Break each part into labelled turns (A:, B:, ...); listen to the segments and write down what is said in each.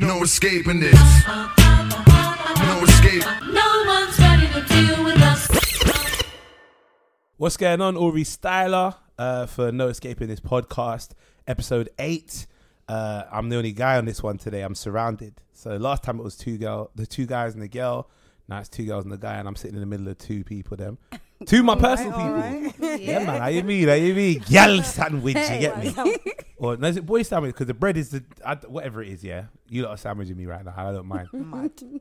A: No escaping this. No escape.
B: No one's ready to deal with us.
C: What's going on, Ori Styler? Uh, for No Escaping This podcast, episode eight. Uh, I'm the only guy on this one today. I'm surrounded. So last time it was two girl, the two guys and the girl. Now it's two girls and the guy, and I'm sitting in the middle of two people. Them, two of my personal people. Yeah, man. How you mean? How you mean? Gyal sandwich. You get me? Or no, is it boy sandwich? Because the bread is the I, whatever it is. Yeah, you lot are sandwiching me right now. I don't mind.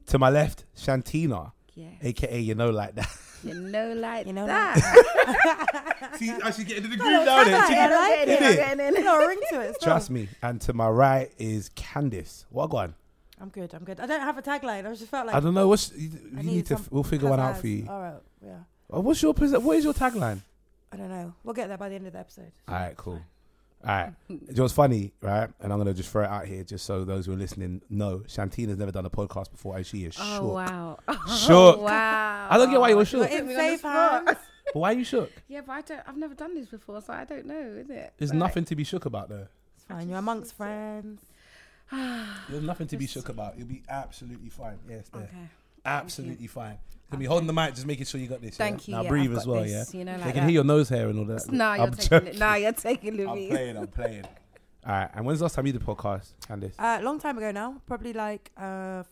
C: to my left, Shantina,
D: Yeah.
C: aka you know like that.
D: You know, like
E: You know,
D: that.
C: See, I should get into the groove now. innit? She
E: I
C: get-
E: like it.
C: Did it?
E: I'm getting in. No ring to it.
C: Trust me. And to my right is Candice. What go on?
E: I'm good. I'm good. I don't have a tagline. I just felt like
C: I don't know. What's you,
E: I
C: you need to?
E: some
C: We'll figure one out
E: pizzazz.
C: for you.
E: All right. Yeah.
C: Oh, What's your pres- What is your tagline?
E: I don't know. We'll get there by the end of the episode.
C: All right, cool. All right. It was funny, right? And I'm gonna just throw it out here, just so those who are listening know. Shantina's never done a podcast before, and she is
D: Oh
C: shook.
D: wow. Oh,
C: Shook.
D: wow.
C: I don't get why you were
E: We're
C: shook.
E: in
D: me on the
E: safe
D: spot.
E: hands.
C: But why are you shook?
D: Yeah, but I don't. I've never done this before, so I don't know, is it?
C: There's
D: Like,
C: nothing to be shook about, though.
E: It's fine. You're amongst friends.
C: There's nothing to be shook about. You'll be absolutely fine. Yes, there.
D: Okay.
C: Absolutely fine. Gonna be holding the mic, just making sure you got this.
D: Thank you,
C: Now
D: yeah,
C: breathe
D: I've
C: as
D: got
C: well.
D: this,
C: yeah.
D: you know,
C: they
D: like
C: can
D: that.
C: hear your nose hair and all that.
D: No, you're
C: I'm
D: taking.
C: joking.
D: It. No, you're taking the
C: I'm
D: me.
C: playing. I'm playing. All right. And when's the last time you did a podcast, Candice?
E: Uh, long time ago now. Probably like uh,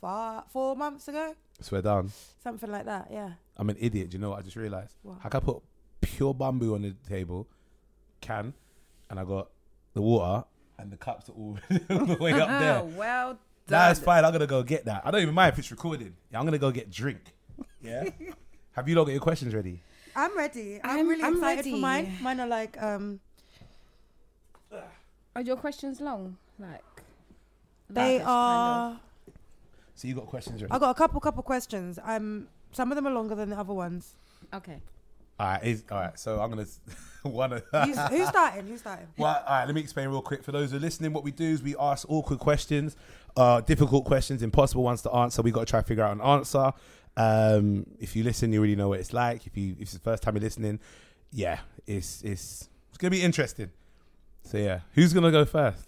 E: four, four months ago.
C: Swear down.
E: Something like that. Yeah.
C: I'm an idiot. Do you know what I just realised?
E: What?
C: I can put pure bamboo on the table, can, and I got the water and the cups are all the way up
D: Oh,
C: there.
D: well done.
C: That's fine. I'm gonna go get that. I don't even mind if it's recorded. Yeah, I'm gonna go get drink. Yeah. Have you lot got your questions ready?
E: I'm ready. I'm,
D: I'm-
E: really
D: I'm
E: excited for
D: ready.
E: mine. Mine are like um,
D: Are your questions long? Like
E: they
D: this kind
E: are.
C: So you got questions ready?
E: I've got a couple, couple questions. Um, some of them are longer than the other ones.
D: Okay.
C: All right. Is, all right. So I'm gonna s- one. of-
E: Who's, who's starting? Who's starting?
C: Well, all right, let me explain real quick. For those who are listening, what we do is we ask awkward questions, uh, difficult questions, impossible ones to answer. we got to try to figure out an answer. Um, if you listen, you already know what it's like. If you if it's the first time you're listening, yeah, it's it's it's gonna be interesting. So yeah, who's gonna go first?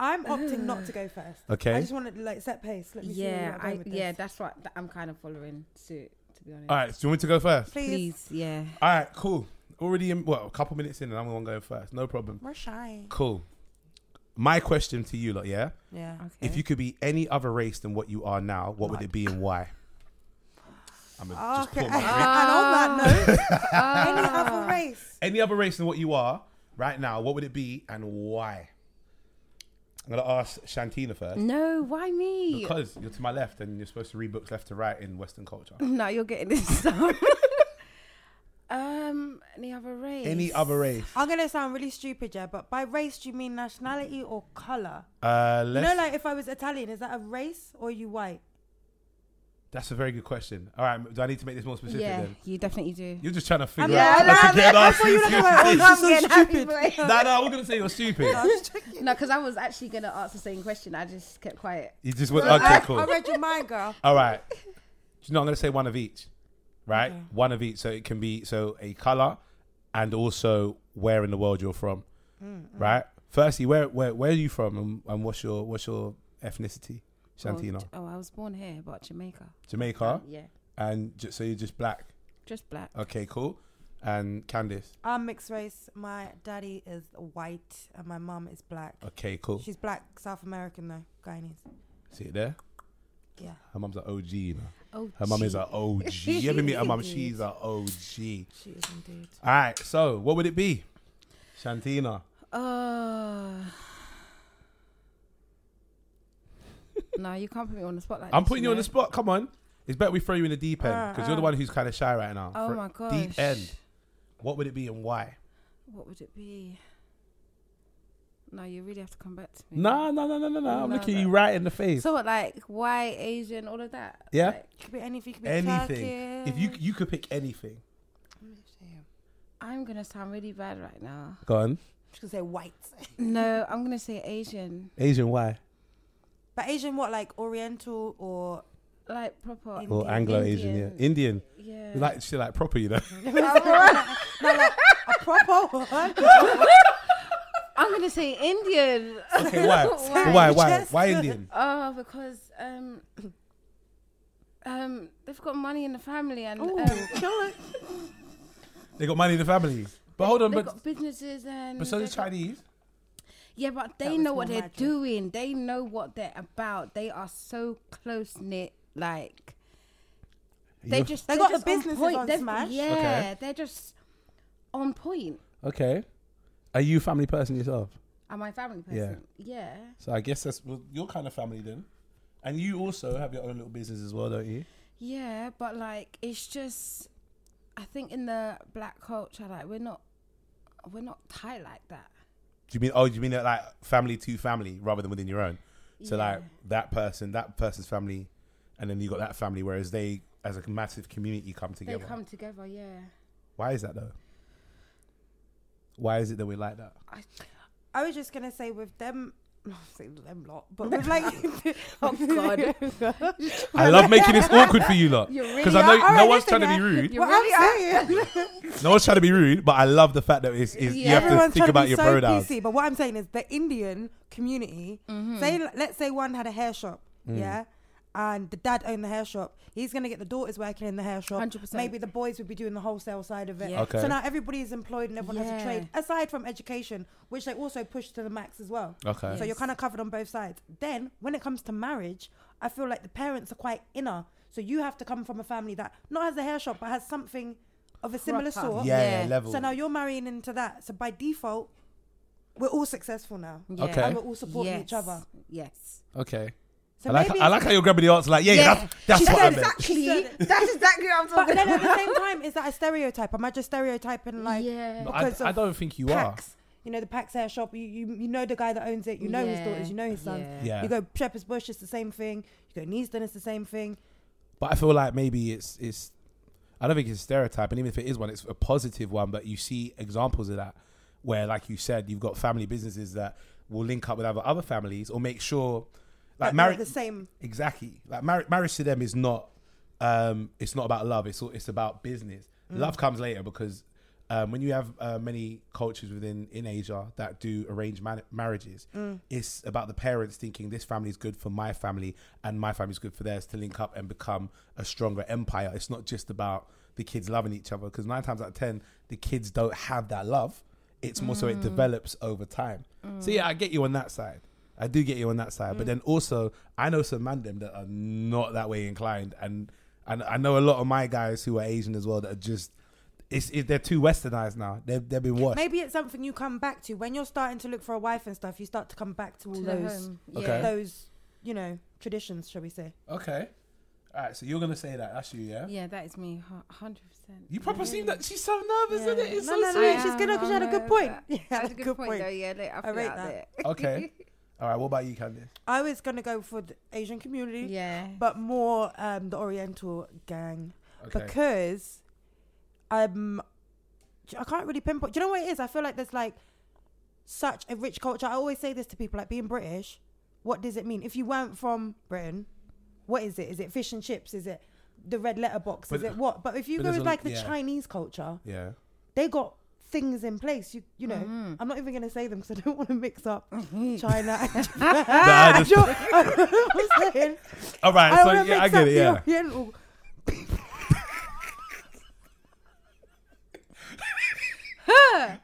E: I'm opting not to go first.
C: Okay.
E: I just want to like set pace. Let me see
D: Yeah,
E: where you're
D: I
E: going with
D: yeah,
E: this.
D: that's right. Th- I'm kind of following suit, to be honest.
C: All right, do you want me to go first?
E: Please.
D: Please, yeah.
C: All right, cool. Already in well, a couple minutes in, and I'm gonna go first. No problem.
E: We're shy.
C: Cool. My question to you lot, yeah.
E: Yeah.
D: Okay.
C: If you could be any other race than what you are now, what would it be and why? I'm gonna just
E: Okay.
C: pull
E: And,
C: my drink.
E: on that note, any other race?
C: Any other race than what you are right now, what would it be and why? I'm gonna ask Shantina first
D: no, why me?
C: because you're to my left and you're supposed to read books left to right in Western culture.
D: no, you're getting this stuff. um, any other race?
C: Any other race?
E: I'm gonna sound really stupid, yeah, but by race do you mean nationality or color?
C: Uh,
E: You
C: let's,
E: know, like if I was Italian, is that a race or are you white?
C: that's a very good question. All right, do I need to make this more specific?
D: Yeah,
C: Then
D: you definitely do.
C: you're just trying to figure
D: Yeah,
C: out.
D: no,
C: how to get
D: no,
C: an answer
E: thought you were
C: to
E: gonna
C: your
E: go, "Oh,
C: question.
E: no." so stupid.
C: No, no, we're gonna say you're stupid.
E: Um,
D: No, because I was actually going to ask the same question. I just kept quiet.
C: You just went okay,
E: I,
C: cool.
E: I read your mind, girl.
C: All right. Do you know, I'm going to say one of each, right? One of each. So it can be so a color and also where in the world you're from, right? Firstly, where where where are you from and, and what's your what's your ethnicity?
D: Well,
C: Shantina,
D: J- oh, I was born here, but Jamaica. Um,
C: Jamaica,
D: Yeah,
C: and ju- so you're just black.
D: just black.
C: Okay, cool. And Candice,
E: I'm mixed race. My daddy is white and my mum is black.
C: okay, cool.
E: She's black, South American though, Guyanese.
C: See it there.
E: Yeah.
C: Her mum's an OG. You know?
D: Oh,
C: Her mum is
D: gee.
C: an OG. You ever meet her mum?
D: Indeed.
C: She's an OG.
E: She is indeed.
C: All right. So what would it be, Shantina?
D: Uh, no, you can't put me on the spot like
C: I'm
D: this,
C: putting you on the
D: know?
C: spot. Come on. It's better we throw you in the deep end because you're the one who's kind of shy right now.
D: Oh
C: Fr-
D: my gosh.
C: Deep end. What would it be and why?
D: What would it be? No, you really have to come back to me.
C: No, no, no, no, no, no. I'm
D: No,
C: looking
D: no.
C: you right in the face.
D: So what, like white, Asian, all of that.
C: Yeah.
D: Like,
E: Could be anything. Could be
C: anything. If you
E: Turkish.
C: you could pick anything.
D: I'm gonna sound really bad right now.
C: Go on.
E: She could say white.
D: No, I'm gonna say Asian,
C: Asian, why?
E: But Asian, what like Oriental or
D: like proper.
E: In-
C: Or
E: Indian.
C: Anglo Asian, yeah. Indian.
D: yeah.
C: Like shit like proper, you know.
E: no, like, a proper one?
F: I'm gonna say Indian.
C: Okay, why?
F: Why?
C: why? Why?
E: Just-
C: Why Indian?
F: Oh, because um, um, they've got money in the family and um,
E: Ooh, kill it.
C: They got money in the family. But hold on,
F: they've
C: but
F: got businesses and.
C: but so
F: they
C: is
F: got-
C: Chinese.
F: Yeah, but they
E: was
F: know what
E: more
F: they're
E: magic.
F: doing. They know what they're about. They are so close knit. Like they
C: You-
F: just
E: They
F: they're
E: got the
F: just on
E: businesses
F: point.
E: on
F: They've-
E: Smash. Okay.
F: Yeah, they're just on point.
C: okay. Are you a family person yourself?
F: Am I a family
C: Yeah.
F: person? Yeah.
C: So I guess that's well, your kind of family then. And you also have your own little business as well, don't you?
F: Yeah, but like it's just I think in the black culture, like we're not we're not tight like that.
C: Do you mean? Oh, do you mean that like family to family rather than within your own? So
F: Yeah.
C: like that person, that person's family, and then you got that family. Whereas they, as a massive community, come
F: They
C: together.
F: come together, yeah.
C: Why is that though? Why is it that we like that?
E: I was just gonna say with them, not say them lot, but with like,
F: Oh god.
C: I love making this awkward for you lot
F: You're
C: because
F: really
C: I know
E: are. All
C: no
E: right,
C: one's trying
E: listen,
C: to be
E: yeah.
C: rude.
F: You're
E: what
F: really
E: I'm saying,
C: No one's trying to be rude, but I love the fact that it's, it's
F: Yeah.
C: you have to
E: everyone's
C: think
E: trying
C: about
E: to be
C: your
E: so
C: pronouns. Mm-hmm.
E: PC, but what I'm saying is the Indian community. Say, let's say one had a hair shop,
C: Mm.
E: yeah. And the dad owned the hair shop. He's gonna get the daughters working in the hair shop.
F: 100%.
E: Maybe the boys would be doing the wholesale side of it.
F: Yeah.
C: Okay.
E: So now everybody is employed and everyone has
F: Yeah.
E: a trade aside from education, which they also push to the max as well.
C: Okay.
E: So
F: Yes.
E: you're kind of covered on both sides. Then when it comes to marriage, I feel like the parents are quite inner. So you have to come from a family that not has a hair shop but has something of a similar
F: Proper.
E: sort.
C: Yeah,
F: Yeah.
C: level.
E: So now you're marrying into that. So by default, we're all successful now.
F: Yeah.
C: Okay.
E: And we're all supporting each other.
F: Yes.
C: okay.
E: So
C: I like,
E: maybe
C: I like how you're grabbing the answer. Like, yeah,
F: Yeah.
C: that's, that's
F: She
C: what
F: said
C: I meant.
F: exactly.
E: She said
F: That's exactly what I'm
E: But
F: talking
E: then at
F: about.
E: the same time, is that a stereotype? Am I just stereotyping like
F: yeah.
C: No, I,
E: because
C: I
E: of
C: don't think you are.
E: Pax? You know the Pax hair shop. You, you you know the guy that owns it. You know his daughters. You know his sons.
F: Yeah.
C: Yeah.
E: You go Shepherd's Bush, it's the same thing. You go Neasden, it's the same thing.
C: But I feel like maybe it's it's I don't think it's a stereotype, and even if it is one, it's a positive one. But you see examples of that where, like you said, you've got family businesses that will link up with other other families or make sure like
E: Like
C: marriage
E: the same.
C: exactly like marriage marriage to them is not um it's not about love it's all it's about business love comes later because um, when you have uh, many cultures within in Asia that do arranged man- marriages, it's about the parents thinking this family is good for my family and my family is good for theirs to link up and become a stronger empire. It's not just about the kids loving each other because nine times out of ten the kids don't have that love. It's more so it develops over time. So yeah, I get you on that side. I do get you on that
E: Mm.
C: side, but then also I know some man them that are not that way inclined, and and I know a lot of my guys who are Asian as well that are just it's it, they're too westernized now. They've they've been washed.
E: Maybe it's something you come back to when you're starting to look for a wife and stuff. You start to come back to all
F: To the
E: those
F: home.
C: Okay.
F: Yeah.
E: those you know traditions, shall we say?
C: Okay, all right. So you're gonna say that? That's you, yeah.
F: yeah, that is me, hu- hundred percent.
C: You probably seem that she's so nervous,
E: Yeah.
C: isn't it? It's
E: No,
C: so
E: no, no,
C: sweet.
E: she's good because she had a good point.
F: Yeah, that's a good point. Though, yeah, look, I,
E: I
F: feel
E: rate
F: out
E: that.
F: there.
C: Okay. All right. What about you, Candice?
E: I was gonna go for the Asian community,
F: Yeah.
E: but more um, the Oriental gang
C: Okay.
E: because um I can't really pinpoint. Do you know what it is? I feel like there's like such a rich culture. I always say this to people, like being British. What does it mean if you weren't from Britain? What is it? Is it fish and chips? Is it the red letter box? is
C: But-
E: it what? But if you
C: but
E: go
C: there's
E: with
C: a-
E: like the
C: yeah.
E: Chinese culture,
C: yeah.
E: they got things in place. You you know, I'm not even gonna say them because I don't want to mix up China and Japan.
C: Ah, I just-
E: Do you know what I'm saying?
C: All right.
E: I
C: so
E: wanna
C: yeah, I
E: mix
C: get
E: up
C: it.
E: the
C: Yeah.
E: Oriental-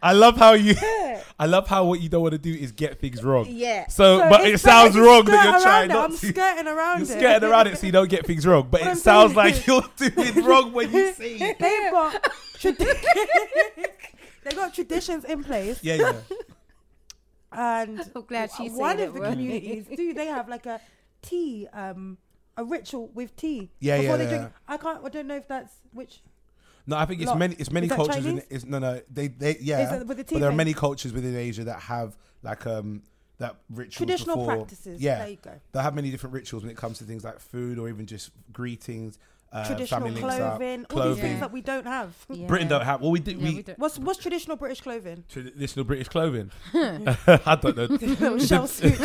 C: I love how you. I love how what you don't want to do is get things wrong.
F: Yeah.
C: So,
E: So
C: but
E: it's
C: it
E: better
C: sounds
E: to
C: wrong
E: skirt
C: that you're
E: around
C: trying
E: it.
C: not
E: I'm
C: to.
E: skirting around
C: You're
E: it.
C: skirting around it so you don't get things wrong. But
E: What
C: it
E: I'm
C: sounds
E: saying
C: like
E: is-
C: you're doing wrong when you say it.
E: They've got tradi- they got traditions in place,
C: Yeah, yeah.
E: and
F: I'm glad she's
E: one
F: saying
E: of
F: it
E: the
F: well.
E: communities do they have like a tea, um, a ritual with tea?
C: Yeah,
E: before
C: yeah,
E: They drink.
C: yeah.
E: I can't. I don't know if that's which.
C: No, I think it's
E: Lot.
C: many. It's many
E: Is that
C: cultures. In,
E: Chinese?
C: it's no, no. They, they, yeah.
E: Is it with the
C: but there are
E: tea
C: many cultures within Asia that have like um that rituals
E: Traditional
C: before-
E: practices.
C: Yeah,
E: There you go.
C: They have many different rituals when it comes to things like food or even just greetings. Uh,
E: traditional
C: family links up,
E: clothing, all these
C: clothing.
E: things that we don't have.
F: Yeah.
C: Britain don't have. Well, we do.
F: Yeah,
C: we,
F: we don't-
E: What's what's traditional British clothing?
C: traditional British clothing. I don't know.
E: Little shell suit.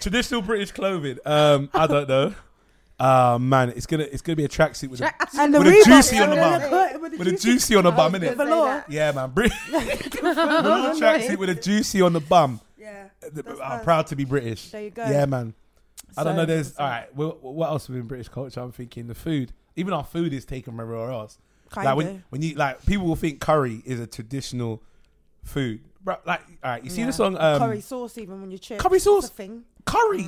C: traditional British clothing. Um, I don't know. Oh man, it's gonna it's gonna be a tracksuit with a,
E: And the
C: With a
E: Reebok-
C: juicy on the
E: and
C: bum.
E: cut-
C: with a juicy on the bum,
E: Yeah,
C: innit?
E: but Lord,
C: Yeah, man. Brit- Little tracksuit with a juicy on the bum.
E: Yeah. That's
C: I'm
E: us.
C: proud to be British.
E: There you go.
C: Yeah, man. I don't
E: So-
C: know. There's all right. Well, what else within British culture? I'm thinking the food. Even our food is taken from everywhere else.
E: Kinda.
C: Like when, when you like people will think curry is a traditional food. Bru- Like all right, you see
E: Yeah.
C: the song um,
E: curry
C: curry.
E: sauce even when you chip.
C: curry
E: it's
C: sauce?
E: a thing.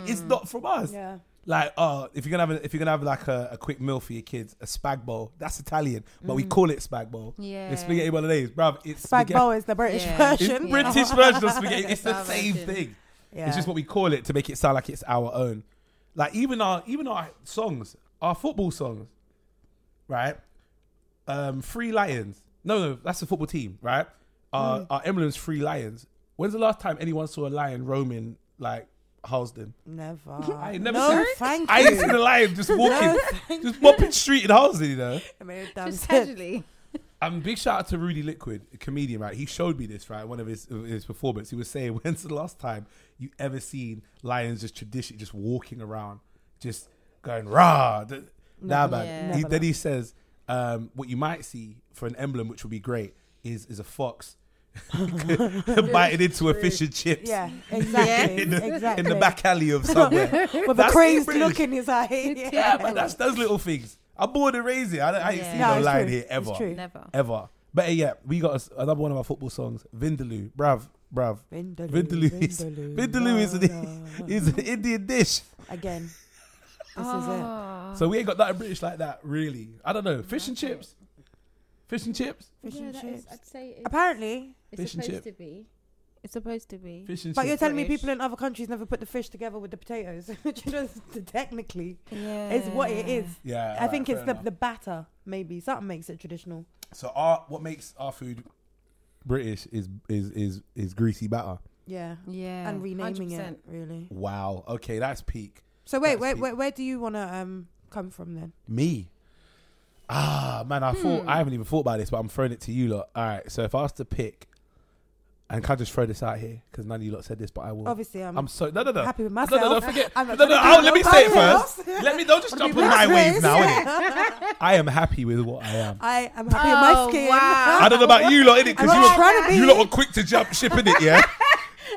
C: is not from us.
E: Yeah.
C: Like oh, if you're gonna have a, if you're gonna have like a, a quick meal for your kids, a spag bowl. That's Italian, but we call it spag bowl.
F: Yeah.
C: It's spaghetti bolognese, bruv. It's
E: Spag
C: spaghetti-
E: bowl is the British
F: Yeah.
C: It's
E: version.
C: British version of spaghetti. It's the
F: Our
C: same
F: version.
C: thing.
E: Yeah.
C: It's just what we call it to make it sound like it's our own. Like even our even our songs, our football songs, right? Um, Free Lions. No, no, that's the football team, right? Our
E: Mm.
C: our emblem's Free Lions. When's the last time anyone saw a lion roaming like Halsden?
E: Never.
C: I ain't never
E: no,
C: seen.
E: thank
C: I
E: you.
C: ain't seen a lion just walking,
E: No, thank
C: just mopping street in Halsden. You know.
E: I mean, damn
F: Just
E: sense.
F: casually.
C: And Um, big shout out to Rudy Liquid, a comedian, right? He showed me this, right? One of his of his performance. He was saying, "When's the last time you ever seen lions just traditionally just walking around, just going rah?" Th- Nah, man.
F: Yeah.
C: He,
E: Never
C: then he says, um, "What you might see for an emblem, which would be great, is is a fox biting into a fish and chips
E: Yeah, exactly.
C: in, the,
E: exactly.
C: in the back alley of somewhere."
E: With a
C: That's
E: crazed
C: British.
E: look in his eye.
C: yeah, but that's those little things. I'm bored of raising. I, don't, I ain't
F: Yeah.
C: seen
E: No,
C: no
E: it's
C: lion
E: true.
C: here
E: It's
C: ever
E: true.
F: Never.
C: ever. But uh, yeah, we got us another one of our football songs, Vindaloo. Brav, brav.
E: Vindaloo,
C: Vindaloo is
E: Vindaloo,
C: Vindaloo is
E: la,
C: an, is an Indian dish.
E: Again, this
D: Ah.
E: is
C: So we ain't got nothing British like that, really. I don't know. Fish and chips. Fish and chips.
E: it. Fish and chips.
D: I'd say it's,
E: Apparently,
D: it's
C: Fish and
D: supposed
C: chip.
D: to be. It's supposed to be.
C: Fish and
E: but you're
C: chips.
E: telling me
D: British.
E: people in other countries never put the fish together with the potatoes, which is technically
F: Yeah.
D: Uh.
E: is what it is.
C: yeah,
E: I
C: alright,
E: think
C: fair
E: it's the,
C: enough.
E: the batter, maybe. Something makes it traditional.
C: so our what makes our food British is is is is greasy batter.
E: Yeah.
F: Yeah.
E: And renaming it,
F: 100%.
E: really.
C: Wow. Okay, that's peak.
E: So wait,
C: That's
E: where,
C: deep.
E: where, where do you want to um come from then?
C: Me. Ah, man, I thought
E: Hmm.
C: I haven't even thought about this, but I'm throwing it to you lot. All right, so if I was to pick, and can I just throw this out here because none of you lot said this, but I will.
E: Obviously, I'm,
C: I'm so no no no
E: happy with
C: no
E: myself.
C: no no forget
E: I'm
C: no
E: not
C: no,
E: trying
C: I'll-
E: to do
C: let me
E: no
C: say it
E: bias.
C: first. Let me don't just jump on my
E: black
C: wave
E: race.
C: now. innit? I am happy with what I am.
E: I am happy with my
F: Oh,
E: skin.
F: wow.
C: I don't know about you lot in it because
E: I'm
C: you
E: not trying
C: lot
E: to be-
C: you lot were quick to jump ship in it yeah.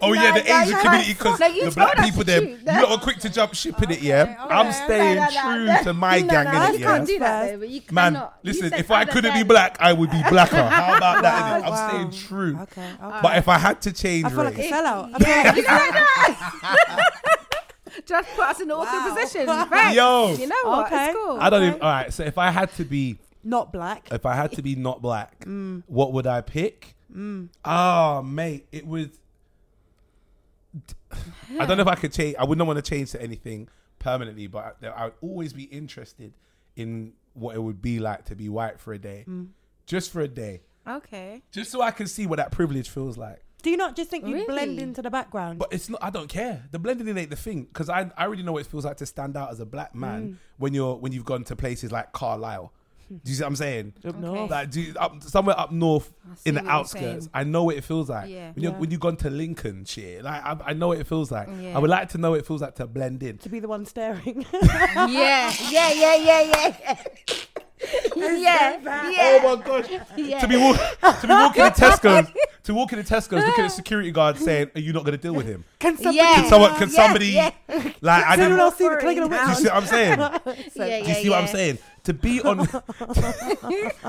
C: Oh yeah, the
F: no,
C: Asian
F: no,
C: community because
F: no, you
C: the black
F: told us
C: people
F: to
C: there, you
F: choose.
C: lot were quick to jump ship in it yeah. I'm
E: okay.
C: staying
F: No, no,
C: true
F: no, no.
C: to my gang
F: no,
C: in
F: you
C: it yeah.
F: can't do that, though, but you
C: Man,
F: cannot. You
C: listen,
F: said
C: if I
F: other
C: couldn't be
F: than-
C: black, I would be blacker. How about that? innit?
E: Wow,
C: I'm
E: wow.
C: staying true.
E: Okay.
F: Uh,
E: okay.
C: But if I had to change
E: I feel like a
C: race,
E: sellout. I
F: Yeah, you
E: feel
F: said that. Just put us in an awkward
E: Wow.
F: position. Right.
C: Yo.
F: You know what?
E: Okay.
F: It's cool.
C: I don't even. All right, so if I had to be,
E: not black.
C: if I had to be not black, what would I pick? Ah, mate, it would. I don't know if I could change. I wouldn't want to change to anything permanently, but I, I would always be interested in what it would be like to be white for a day, just for a day,
F: Okay.
C: just so I can see what that privilege feels like.
E: Do you not just think you blend
F: Really?
E: into the background?
C: But it's not. I don't care. The blending in ain't the thing because I I already know what it feels like to stand out as a black
F: Mm.
C: man when you're when you've gone to places like Carlisle. Do you see what I'm saying?
E: No.
C: Like do you, up, somewhere up north in the
F: what you're
C: outskirts.
F: saying.
C: I know what it feels like.
F: Yeah.
C: When, you
E: Yeah.
C: when you've gone to Lincolnshire, like I, I know what it feels like.
F: Yeah.
C: I would like to know what it feels like to blend in.
E: To be the one staring.
F: Yeah. Yeah. Yeah. Yeah. Yeah. Yeah. Yeah.
C: Oh my gosh! To be walk, to be walking to Tesco's, to walk into Tesco's, looking at security guard saying, "Are you not going to deal with him?
E: Can somebody
F: Yeah.
C: Can someone? Can
F: Yeah,
C: somebody?
F: yeah.
C: Like I
E: Someone
C: didn't.
E: else see the click of the
C: Do you see what I'm saying?
F: Yeah,
C: Do you
F: yeah,
C: see what I'm
F: yeah.
C: saying? To be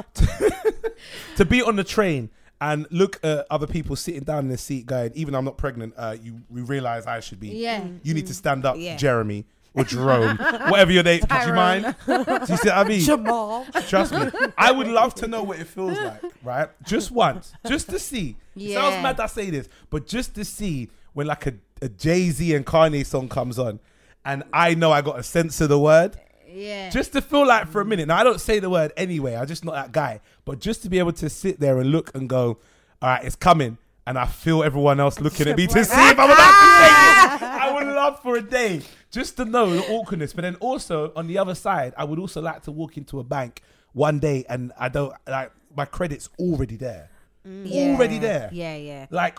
C: on, to be on the train and look at other people sitting down in their seat, going, "Even though I'm not pregnant, uh, you we realize I should be.
F: Yeah.
C: you need to stand up,
F: Yeah.
C: Jeremy or Jerome, whatever your name. Do you
F: Tyrone.
C: mind? Do you see what I mean?
E: Jamal.
C: Trust me, I would love to know what it feels like, right? Just once, just to see. It sounds
F: Yeah.
C: mad that I say this, but just to see when like a, a Jay Z and Kanye song comes on, and I know I got a sense of the word
F: Yeah.
C: just to feel like for a minute. Now I don't say the word anyway. I'm just not that guy. But just to be able to sit there and look and go, all right, it's coming, and I feel everyone else looking at me to see if I'm about to take it. I would love for a day just to know the awkwardness. But then also on the other side, I would also like to walk into a bank one day and I don't like my credit's already there,
F: Yeah.
C: already there.
F: Yeah. Yeah.
C: like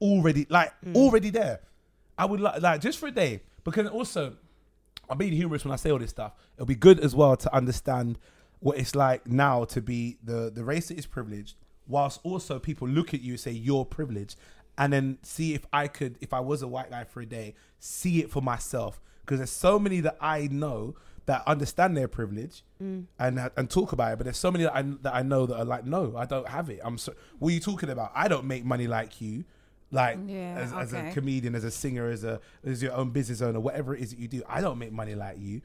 C: already, like already there. I would like like just for a day because also I'm being humorous when I say all this stuff. It'll be good as well to understand what it's like now to be the the race that is privileged, whilst also people look at you and say you're privileged, and then see if I could, if I was a white guy for a day, see it for myself. Because there's so many that I know that understand their privilege
F: Mm.
C: and and talk about it, but there's so many that I that I know that are like, no, I don't have it. I'm so. What are you talking about? I don't make money like you. Like
F: Yeah,
C: as, as a
F: okay.
C: comedian, as a singer, as a as your own business owner, whatever it is that you do, I don't make money like you,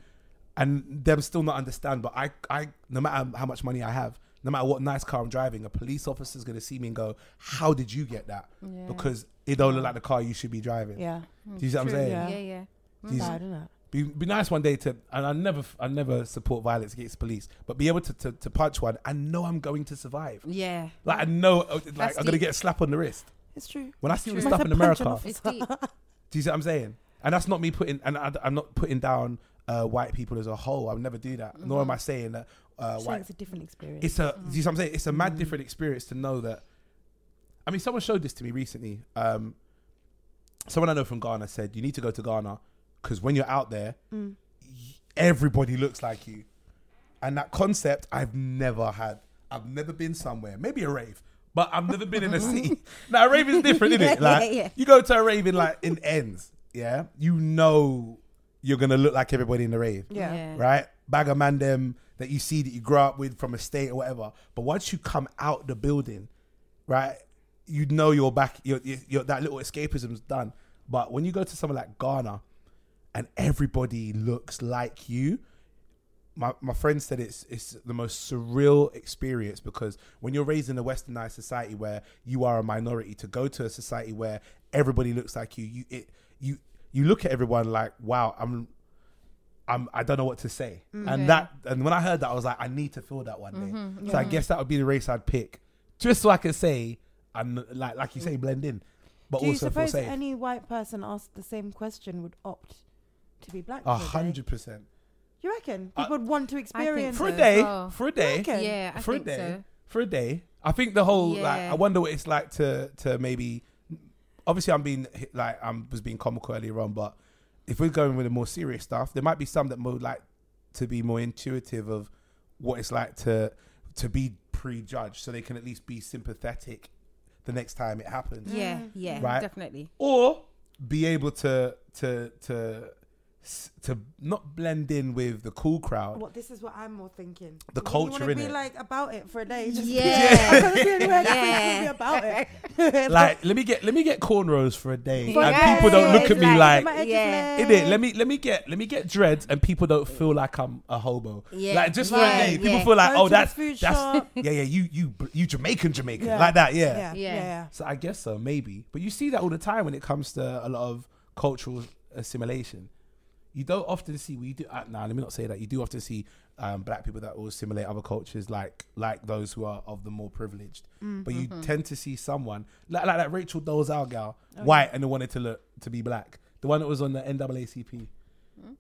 C: and them still not understand. But I, I, no matter how much money I have, no matter what nice car I'm driving, a police officer's gonna see me and go, "How did you get that?"
F: Yeah.
C: Because it don't look like the car you should be driving.
E: Yeah.
C: Do you see what I'm
F: True,
C: saying?
E: yeah. Mm.
D: Yeah, yeah.
C: Do you see-
E: Bad, innit?
C: be, be nice one day to and I never I never support violence against police, but be able to to, to punch one and know I'm going to survive.
F: Yeah.
C: Like I know uh, like
F: That's
C: I'm gonna
F: deep.
C: get a slap on the wrist.
E: It's true.
C: When I see all this
E: True.
C: stuff
E: Must
C: in
E: have punch
C: America,
E: on the
F: It's deep.
C: do you see what I'm saying? And that's not me putting and I, am not putting down uh, white people as a whole. I would never do that. Nor am I saying that uh,
E: Just
C: white
E: think it's a different experience.
C: it's a
F: Mm.
C: do you see what I'm saying? It's a mad different experience to know that. I mean, someone showed this to me recently. Um, someone I know from Ghana said you need to go to Ghana because when you're out there,
F: Mm.
C: y- everybody looks like you, and that concept I've never had. I've never been somewhere, maybe a rave, but I've never been in a city. Now a rave is different, isn't it?
F: Yeah,
C: Like
F: yeah.
C: you go to a rave in like in ends, yeah. You know you're gonna look like everybody in the rave
E: yeah.
C: right? Bag of man them that you see that you grow up with from a state or whatever. But once you come out the building, right, you know you're back. You're, you're, you're- that little escapism's done. But when you go to somewhere like Ghana, and everybody looks like you. My, my friend said it's it's the most surreal experience because when you're raised in a westernized society where you are a minority to go to a society where everybody looks like you you it you you look at everyone like wow I'm I'm I don't know what to say and
F: Yeah.
C: that and when I heard that I was like I need to feel that one day
E: Mm-hmm.
C: so I guess that would be the race I'd pick just so I could say I'm like like you say blend in but
E: Do you
C: also feel
E: suppose
C: safe
E: any white person asked the same question would opt to be black?
C: a
E: for day?
C: hundred percent
E: You reckon
C: I-
E: people would want to experience?
C: for a
E: it?
F: so
C: day
F: as well.
C: for a day
E: Reckon?
F: Yeah, I
C: for a
F: think
C: day,
F: so.
C: for a day. I think the whole like,
F: Yeah.
C: I wonder what it's like to to maybe. Obviously, I'm being like I was being comical earlier on, but if we're going with the more serious stuff, there might be some that would like to be more intuitive of what it's like to to be prejudged, so they can at least be sympathetic the next time it happens,
F: Yeah, yeah,
C: Right.
F: definitely.
C: or be able to to to s- to not blend in with the cool crowd.
E: What this is what I'm more thinking.
C: The
E: want
C: culture,
E: to be
C: innit?
E: like about it for a day. Just
F: Yeah.
E: I'm gonna be anywhere that
F: Yeah.
E: people be about it.
C: Like, let me get let me get cornrows for a day,
F: For
C: and
F: a
C: people don't
F: day,
C: look at me
F: like-
C: like
E: My edges
F: yeah.
E: lay.
C: In it, let me let me get let me get dreads, and people don't feel like I'm a hobo.
F: Yeah.
C: like just for
F: Yeah,
C: a day, people
F: yeah.
C: feel like,
E: Go
C: oh,
E: to the
C: that's
E: food
C: that's
E: shop.
C: yeah, yeah, you you you Jamaican, Jamaican,
E: Yeah.
C: like that, yeah.
E: Yeah. Yeah.
F: Yeah.
E: yeah.
C: So I guess so, maybe. But you see that all the time when it comes to a lot of cultural assimilation. You don't often see we do. Uh, nah, let me not say that. You do often see um, black people that will assimilate other cultures, like like those who are of the more privileged.
E: Mm,
C: But you
E: mm-hmm.
C: tend to see someone like like that Rachel Dolezal gal,
E: Oh,
C: white, and they wanted to look to be black. The one that was on the NAACP. Do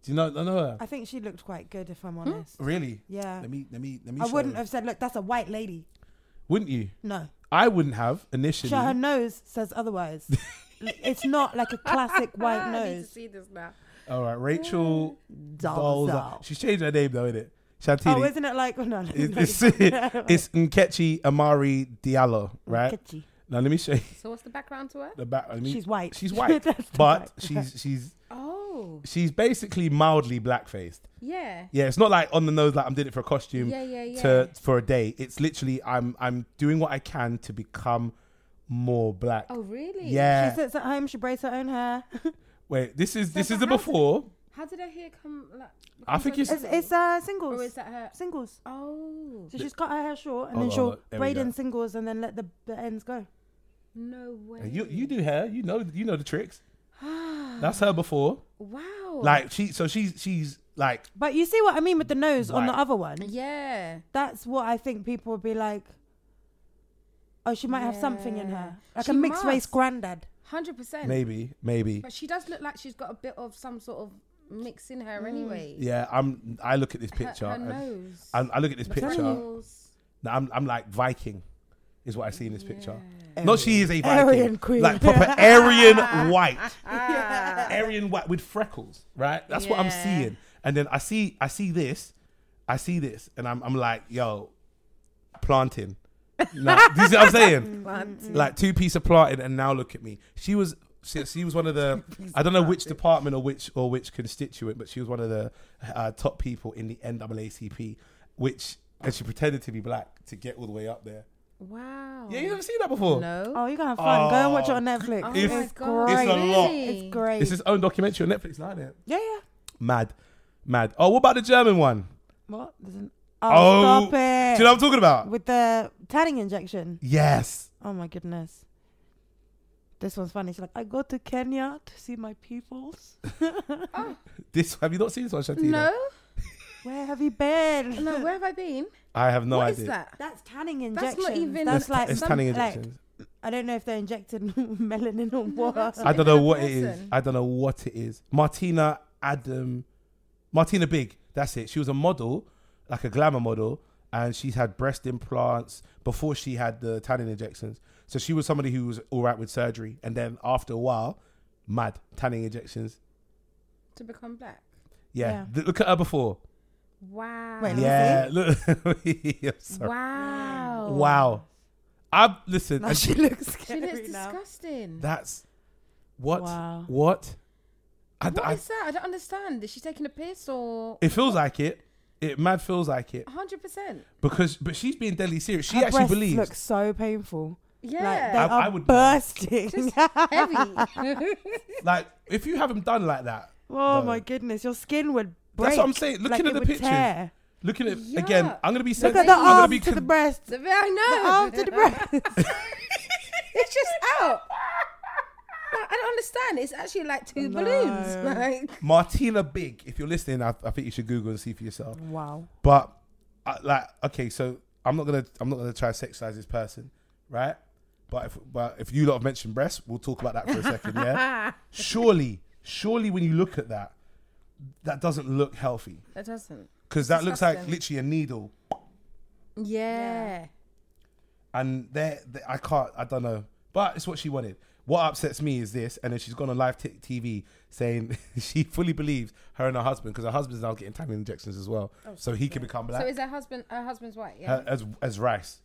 C: you know? I know her.
E: Hmm? I think she looked quite good, if I'm honest.
C: really?
E: Yeah.
C: Let me let me let me.
E: I
C: show
E: wouldn't
C: you.
E: have said, look, that's a white lady.
C: Wouldn't you?
E: No.
C: I wouldn't have initially.
E: Sure, her nose says otherwise. it's not like a classic white nose.
F: see this now.
C: All right, Rachel
E: Dolls
C: Dolezal. She's changed her name though, isn't it? Shantini.
E: Eh, Oh, isn't it like, oh, no, no, no.
C: it's, it's, it's Nkechi Amari Diallo, right?
E: Catchy.
C: Now let me show you
F: So what's the background to her?
C: the back. Let me,
E: She's white.
C: She's white,
E: That's the
C: but
E: fact.
C: she's she's
F: Oh,
C: she's basically mildly blackfaced.
F: yeah.
C: Yeah, it's not like on the nose like I'm doing it for a costume
F: Yeah, yeah, yeah.
C: to for a day. It's literally I'm I'm doing what I can to become more black.
F: oh, really?
C: yeah.
E: She sits at home. She braids her own hair.
C: Wait, this is this
F: So
C: is the
F: how did-
C: before.
F: How did her hair come? Like,
C: I think
F: become so
E: It's,
C: it's-
F: long?
E: it's uh,
F: or
E: singles.
F: is that her?
E: Singles.
F: Oh
E: So she's cut her hair short and
C: Hold
E: then
C: on,
E: she'll
C: hold on. There we
E: braid
C: go.
E: in singles and then let the, the ends go.
F: no way.
C: You you do hair, you know you know the tricks. That's her before.
F: Wow.
C: Like she so she's she's like
E: But you see what I mean with the nose on the
C: Right.
E: other one?
F: Yeah.
E: That's what I think people would be like. Oh, she might have something in her.
F: Yeah.
E: Like
F: She
E: a mixed race
F: must.
E: granddad.
F: Hundred percent.
C: maybe maybe
F: But she does look like she's got a bit of some sort of mix in her anyway.
C: Yeah, I'm. I look at this
F: Her-
C: picture.
F: Her,
C: and
F: nose.
C: I, I look at this
F: the
C: picture.
F: freckles.
C: and I'm, I'm like Viking, is what I see in this picture.
F: Yeah.
C: Not she is a Viking,
E: Aryan queen.
C: like proper
F: Ah.
C: Aryan white, Aryan white with freckles. Right, that's what I'm
F: Yeah.
C: seeing. And then I see I see this, I see this, and I'm I'm like, yo, planting. Nah, do you see what I'm saying? Mm. Like two piece of planting, and now look at me. She was she, she was one of the I don't know which department or which or which constituent, but she was one of the uh, top people in the NAACP, which and she pretended to be black to get all the way up there.
F: Wow.
C: Yeah, you never seen that before.
D: No.
E: Oh, you're gonna have fun. Go and watch it on Netflix.
F: Oh
C: It's-
F: my
E: it's
F: God.
C: it's a
E: great.
C: lot.
E: It's great.
C: It's his own documentary on Netflix, isn't it?
E: yeah, yeah.
C: Mad, mad. Oh, what about the German one?
E: What? There's an-
C: Oh,
E: oh, stop it.
C: Do you know what I'm talking about?
E: With the tanning injection.
C: Yes.
E: Oh my goodness. This one's funny. She's like, I go to Kenya to see my peoples.
C: This have you not seen this one, Shantina?
F: No,
E: Where have you been?
F: no. Where have I been?
C: I have no
F: What is
C: idea.
F: that?
E: That's tanning injection.
F: That's not even-
E: That's
C: It's,
E: like
C: it's
E: some-
C: tanning
E: like,
C: injections.
E: I don't know if they're injecting melanin or what.
F: that's
C: I don't know
F: Another
C: what it is.
F: person.
C: I don't know what it is. Martina Adam, Martina Big. That's it. She was a model, like a glamour model, and she's had breast implants before she had the tanning injections. So she was somebody who was all right with surgery, and then after a while, mad tanning injections.
F: To become black.
C: Yeah,
E: Yeah.
C: Th- look at her before.
F: Wow.
E: Wait, Can you
C: Yeah, look. I'm sorry.
F: Wow.
C: Wow. I listen.
E: Now
C: and
E: she looks
F: She
E: scary
F: looks
E: now.
F: disgusting.
C: that's what
E: Wow.
C: what. I,
F: What is
C: I-
F: that? I don't understand. Is she taking a piss or?
C: it feels like it. It mad feels like it
F: Hundred percent.
C: because but she's being deadly serious. She
E: Her
C: actually
E: breasts
C: believes.
E: look so painful. Like they
F: Yeah.
C: I-
E: are
C: I would-
E: bursting. Oh
F: Just heavy.
C: like if you haven't done like that,
E: oh
C: No.
E: my goodness, your skin would break.
C: That's what I'm saying. Looking
E: like
C: at
E: it
C: the
E: would
C: pictures.
E: tear.
C: looking at again,
F: Yuck.
C: I'm gonna be
E: Look
C: sensitive.
E: at the
C: I'm gonna
E: arm
C: be
E: to the
C: con-
E: breast.
F: The bit I
E: The
F: know.
E: arm to the breast.
F: it's just out. Like, I don't understand. It's actually like two
E: No.
F: balloons. Like
C: Martina Big. If you're listening, I, I think you should Google and see for yourself.
E: wow.
C: But I, like, okay, so I'm not gonna I'm not gonna try to sexualize this person, right? But if but if you lot have mentioned breasts, we'll talk about that for a second. Yeah. surely, surely when you look at that, that doesn't look healthy
F: that doesn't.
C: because that looks like
F: Disgusting.
C: literally a needle,
F: Yeah.
C: and there they, I can't I don't know, but it's what she wanted. What upsets me is this, and then she's gone on live t- TV saying she fully believes her and her husband because her husband's now getting tanning injections as well, so he can become black
F: Oh, So is her husband? Her husband's white. Yeah.
C: uh, as as rice.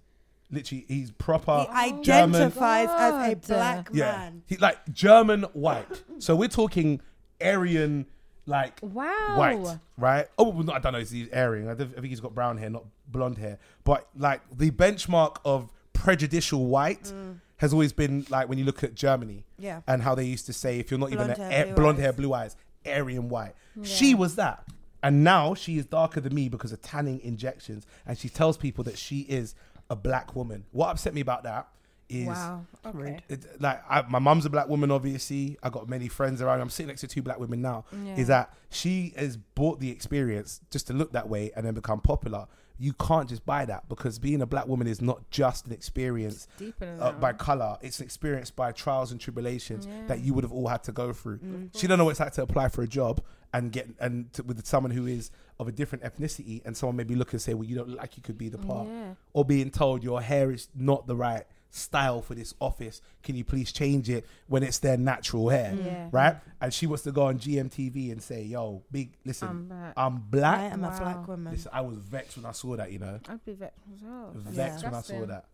C: Literally, he's proper.
E: He identifies as a
F: Oh God.
E: black
C: Yeah,
E: man.
C: he like German white. so we're talking Aryan, like
F: wow.
C: white, right? Oh, well, no, I don't know. He's Aryan. I, don't- I think he's got brown hair, not blonde hair. But like the benchmark of prejudicial white has always been like when you look at Germany,
E: Mm. Yeah.
C: and how they used to say if you're not
E: Blonde
C: even a
E: hair,
C: Ar-
E: blue
C: blonde
E: eyes.
C: hair, blue eyes, Aryan white. She was that. And now she is darker than me because of tanning injections. And she tells people that she is a black woman. What upset me about that is
F: Wow. Okay.
C: it, like I, my mum's a black woman, obviously. I got many friends around. I'm sitting next to two black women now. Is that she has bought the experience just to look that way and then become popular? You can't just buy that because being a black woman is not just an experience
F: Deeper than
C: uh,
F: that.
C: by color. It's an experience by trials and tribulations that you would have all had to go through.
F: Mm,
C: She don't know what it's like to apply for a job and get and to, with someone who is of a different ethnicity, and someone maybe look and say, "Well, you don't look like you could be the part,"
F: Yeah.
C: or being told your hair is not the right style for this office. Can you please change it when it's their natural hair,
F: Yeah.
C: right? And she wants to go on GMTV and say, "Yo, big, listen, I'm
F: I'm
C: black."
F: black.
C: i
E: I am
F: Wow.
E: a black woman.
C: Listen, I was vexed when I saw that. You know,
F: I'd be vexed as well.
C: vexed when I saw
F: Disgusting.
C: that.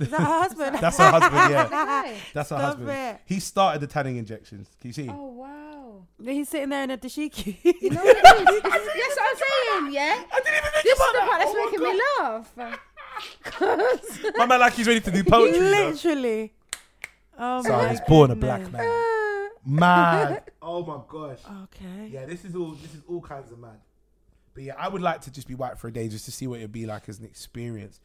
E: Is that her husband?
C: That's her husband, yeah.
F: Why?
C: That's her
E: Stop
C: husband.
E: it.
C: He started the tanning injections. Can you see?
F: Oh wow.
E: He's sitting there in a dashiki.
F: You know what it is? This is- That's what I'm saying. Yeah.
C: I didn't even think
F: This is
C: about
F: the part
C: that.
F: that's
C: Oh my
F: making me laugh.
C: God. My man, like he's ready to do poetry. though.
E: Literally. Oh
C: So I
E: my
C: was born a black
E: goodness.
C: man. Mad. Oh my gosh.
E: Okay.
C: Yeah, this is all. This is all kinds of mad. But yeah, I would like to just be white for a day just to see what it'd be like as an experience.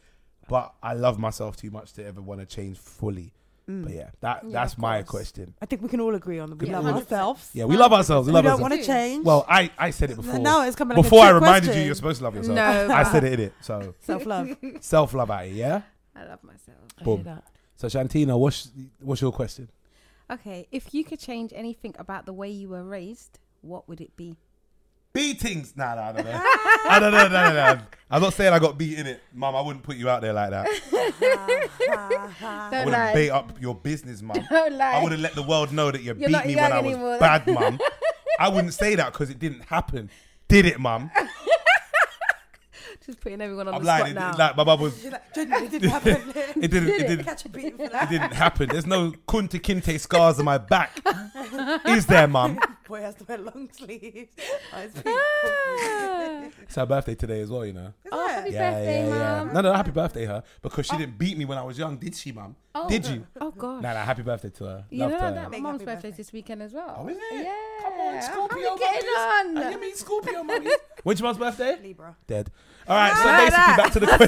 C: But I love myself too much to ever want to change fully. But yeah, that that's
F: of
C: my
F: course.
C: question.
E: I think we can all agree on that. We
F: Yeah,
E: love
F: 100%.
E: ourselves.
C: Yeah, we love ourselves. We
E: We
C: love
E: don't
C: ourselves.
E: want to change.
C: Well, I, I said it before.
E: now it's coming like a
C: before I
E: trick
C: reminded you,
E: question.
C: you're supposed to love yourself.
F: No,
C: I said it in it. So
E: self love.
C: self love out here, yeah.
F: I love myself.
C: Boom. So Shantina, what's what's your question?
F: Okay, if you could change anything about the way you were raised, what would it be?
C: Beatings? Nah, nah, I don't know. I don't know, nah, nah, nah. I'm not saying I got beat in it, Mum. I wouldn't put you out there like that. I
F: Don't
C: wouldn't
F: lie.
C: bait up your business, Mum.
F: Don't lie.
C: I wouldn't let the world know that you
F: You're
C: beat
F: not
C: me when
F: young
C: I was
F: anymore.
C: bad, Mum. I wouldn't say that because it didn't happen. did it, mum.
D: Just putting everyone on
C: I'm
D: the
C: like,
D: spot
C: it,
D: now.
C: like my mum was.
E: She's like, genuinely, it didn't happen.
C: It didn't. It didn't.
E: Catch a beat for
C: It
E: that.
C: didn't happen. There's no Kunta Kinte scars on my back. Is there, mum?
E: Boy has to wear long sleeves. Oh, it's pretty
D: Ah.
E: cool.
C: It's her birthday today as well, you know.
E: Is
D: Oh,
E: it?
D: happy birthday, mum.
C: No, no, happy birthday, her. Because she didn't beat me when I was young, did she, mum?
D: Oh.
C: Did you?
D: Oh gosh.
C: Nah, nah, happy birthday to her.
D: You
C: Love
D: know
C: to her.
D: that
E: Big
D: mom's
E: happy
D: birthday
E: birthday.
D: this weekend as well.
C: Oh, is it?
D: Yeah.
C: Come on, Scorpio.
D: How are we getting on?
C: mummies. Uh, you mean Scorpio mummies? When's your mum's birthday?
E: Libra.
C: Dead. All right, so
D: Ah,
C: basically,
D: that-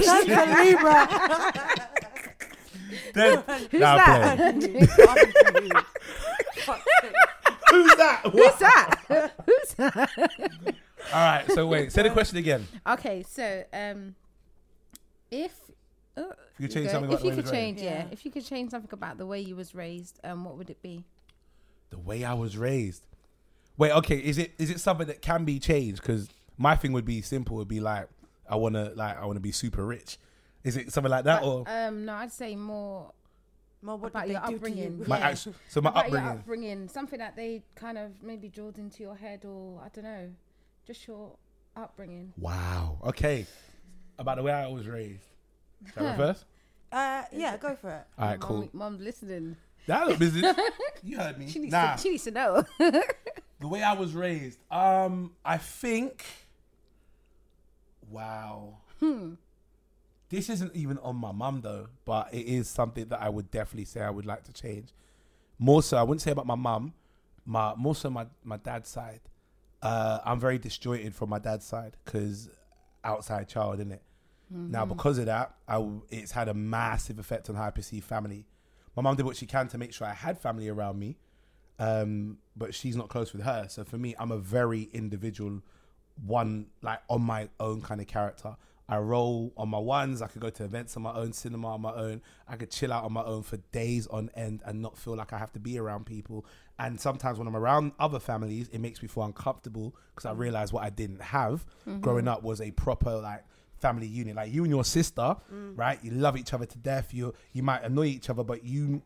C: back to the question.
E: She's a Libra.
C: Dead.
D: Who's
C: Nah, I'm
D: that?
C: playing.
E: Fuck.
C: Who's that? What?
D: Who's that? Who's that?
C: All right, so wait, say the question again.
D: Okay, so um, if uh,
C: If you could change
D: go-
C: something about
D: if you
C: the way
D: could
C: we was
D: change, yeah.
E: Yeah.
D: if you could change something about the way you was raised, um, what would it be?
C: the way I was raised. Wait, okay, is it is it something that can be changed? Because my thing would be simple. Would be like I wanna like I wanna be super rich. Is it something like that or
D: Um, no, I'd say more
E: Mom, what
D: About
E: did
D: your
E: they do to
D: upbringing.
E: you?
C: my
D: yeah.
C: act- so my
D: about
C: upbringing?
D: your upbringing, something that they kind of maybe drilled into your head, or I don't know, just your upbringing.
C: wow. Okay, about the way I was raised. Shall I go first?
E: Uh, yeah, go for it.
C: All right, cool.
D: Mom, mom's listening.
C: That look business. You heard me.
D: She needs,
C: Nah,
D: to, she needs to know.
C: the way I was raised. Um, I think. Wow. This isn't even on my mum though, but it is something that I would definitely say I would like to change. More so, I wouldn't say about my mum. My more so my my dad's side. Uh, I'm very disjointed from my dad's side because outside child, innit? it? Now because of that, I w- it's had a massive effect on how I perceive family. My mum did what she can to make sure I had family around me, um, but she's not close with her. So for me, I'm a very individual, one like on my own kind of character. I roll on my ones. I could go to events on my own, cinema on my own. I could chill out on my own for days on end and not feel like I have to be around people. And sometimes when I'm around other families, it makes me feel uncomfortable because I realize what I didn't have growing up was a proper like family unit. Like you and your sister, right? You love each other to death. You you might annoy each other, but you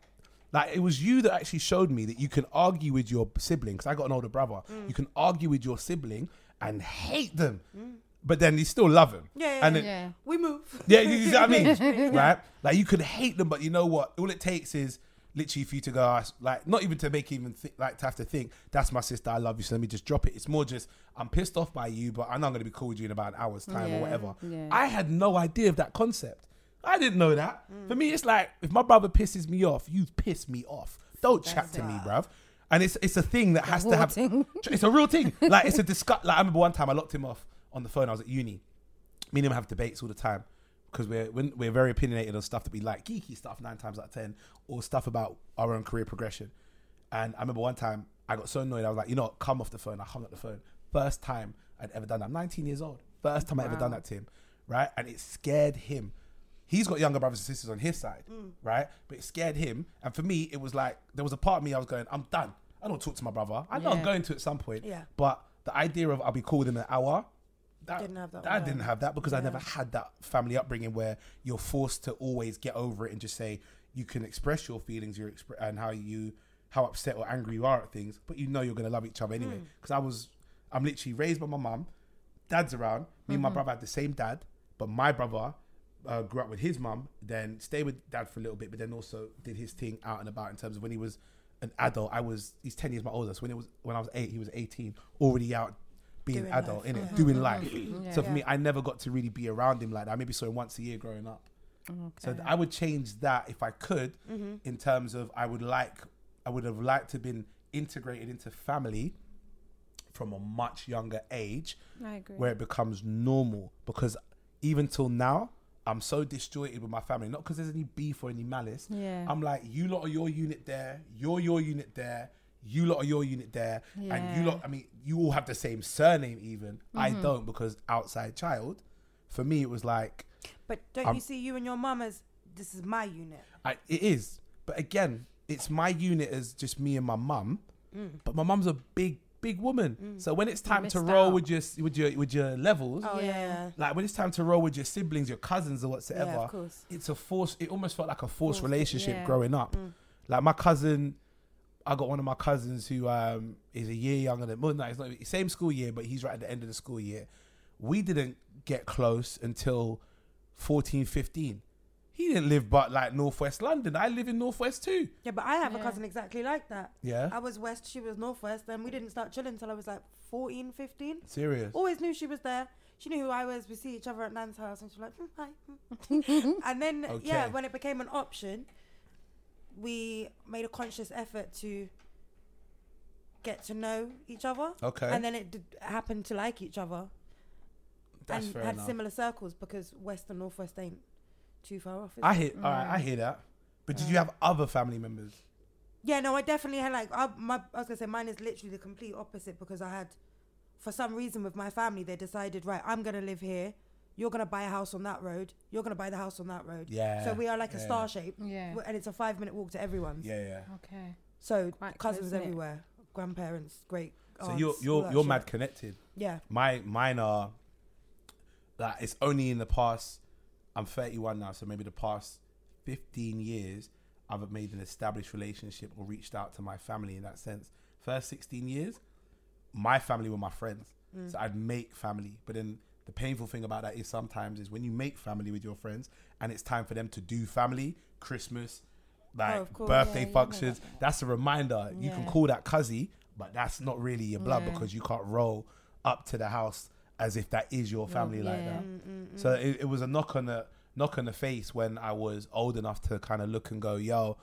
C: like it was you that actually showed me that you can argue with your sibling. Because I got an older brother.
E: Mm.
C: You can argue with your sibling and hate them, but then you still love them.
E: Mm. Yeah,
C: and then-
D: yeah.
E: We move.
C: yeah, you see what I mean, right? Like you could hate them, but you know what? All it takes is literally for you to go, "Ah, s- like, not even to make you even th- like to have to think. That's my sister. I love you. So let me just drop it. It's more just I'm pissed off by you, but I know I'm gonna be cool with you in about an hour's time
D: Yeah,
C: or whatever.
D: yeah.
C: I had no idea of that concept. I didn't know that. For me, it's like if my brother pisses me off, you piss me off. Don't chat to me, bruv. And it's it's a thing that has to happen.
D: haunting.
C: It's a real thing. Like it's a discuss. Like I remember one time I locked him off on the phone. I was at uni me and him have debates all the time because we're when- we're very opinionated on stuff that we like, geeky stuff nine times out of ten, or stuff about our own career progression. And I remember one time I got so annoyed, I was like, you know, what, come off the phone. I hung up the phone. First time I'd ever done that. I'm 19 years old. First time I ever done that to him, right? And it scared him. He's got younger brothers and sisters on his side,
E: Mm.
C: right? But it scared him. And for me, it was like there was a part of me I was going, I'm done. I don't talk to my brother. I know I'm
D: Yeah.
C: going to at some point.
E: Yeah.
C: But the idea of I'll be called in an hour, that,
E: Didn't have that
C: I
E: one.
C: didn't have that because I never had that family upbringing where you're forced to always get over it and just say you can express your feelings, your expre- and how you how upset or angry you are at things, but you know you're gonna love each other anyway. Because I was, I'm literally raised by my mum, dad's around. Me and my brother had the same dad, but my brother uh, grew up with his mum, then stayed with dad for a little bit, but then also did his thing out and about in terms of when he was an adult. I was he's ten years my older, so when it was when I was eight, he was eighteen, already out being
E: Doing
C: adult
E: life.
C: in it, doing life.
D: Mm-hmm. Yeah.
C: So for
E: Yeah.
C: me, I never got to really be around him like that. I maybe saw him once a year growing up. So th- I would change that if I could,
D: Mm-hmm.
C: in terms of I would like, I would have liked to been integrated into family from a much younger age,
D: I agree.
C: where it becomes normal. Because even till now, I'm so disjointed with my family, not because there's any beef or any malice.
D: Yeah.
C: I'm like, you lot are your unit there, you're your unit there, you lot are your unit there, and you
D: Yeah. Mm-hmm.
C: lot. I mean, you all have the same surname. Even I don't because outside child. For me, it was like
E: But don't
C: Um,
E: you see you and your mum as this is my unit?
C: I, it is. But again, it's my unit as just me and my mum. But my mum's a big, big woman. So when it's time to
D: Mm. missed
C: roll
D: out.
C: with your with your with your levels,
E: Oh
D: Yeah.
E: yeah.
C: like when it's time to roll with your siblings, your cousins, or whatsoever,
E: Yeah, of course.
C: it's a force. It almost felt like a forced
D: Forced,
E: Mm.
C: relationship
D: yeah.
C: growing up. Like my cousin, I got one of my cousins who um, is a year younger than well, no, it's not same school year, but he's right at the end of the school year. We didn't get close until 14, 15. He didn't live but like northwest London. I live in northwest too.
E: Yeah, but I have a
D: Yeah.
E: cousin exactly like that.
C: Yeah,
E: I was west, she was northwest, and we didn't start chilling until I was like 14, 15.
C: serious.
E: Always knew she was there. She knew who I was. We see each other at Nan's house, and she's like, "Hmm, "Hi." hmm." and then, yeah,
C: Okay.
E: when it became an option, we made a conscious effort to get to know each other,
C: Okay,
E: and then it did happened to like each other
C: that's
E: and
C: fair
E: had
C: enough.
E: similar circles because west and northwest ain't too far off. is
C: I
E: it?
C: hear, all right, I hear that. But
E: Mm.
C: did you have other family members?
E: Yeah, no, I definitely had like I, my. I was gonna say mine is literally the complete opposite because I had, for some reason, with my family, they decided right, I'm gonna live here. You're gonna buy a house on that road. You're gonna buy the house on that road.
C: Yeah.
E: So we are like a
C: yeah,
E: star shape,
D: Yeah.
E: w- and it's a five minute walk to everyone's.
C: Yeah, yeah.
D: Okay.
E: So
D: Quite close,
E: cousins
D: isn't it?
E: everywhere, grandparents, great.
C: So
E: aunts,
C: you're
E: all
C: you're
E: that
C: you're
E: shit.
C: mad connected.
E: Yeah.
C: My mine are like it's only in the past. I'm 31 now, so maybe the past 15 years I've made an established relationship or reached out to my family in that sense. First 16 years, my family were my friends,
E: Mm.
C: so I'd make family. But then the painful thing about that is sometimes is when you make family with your friends and it's time for them to do family Christmas. Like
E: Oh, of course.
C: birthday
E: Yeah, you know
C: functions, that's a reminder. You can
D: Yeah.
C: call that cuzzy, but that's not really your blood
D: Yeah.
C: because you can't roll up to the house as if that is your family like
D: yeah.
C: that.
E: Mm,
C: So it, it was a knock on the knock on the face when I was old enough to kind of look and go, yo,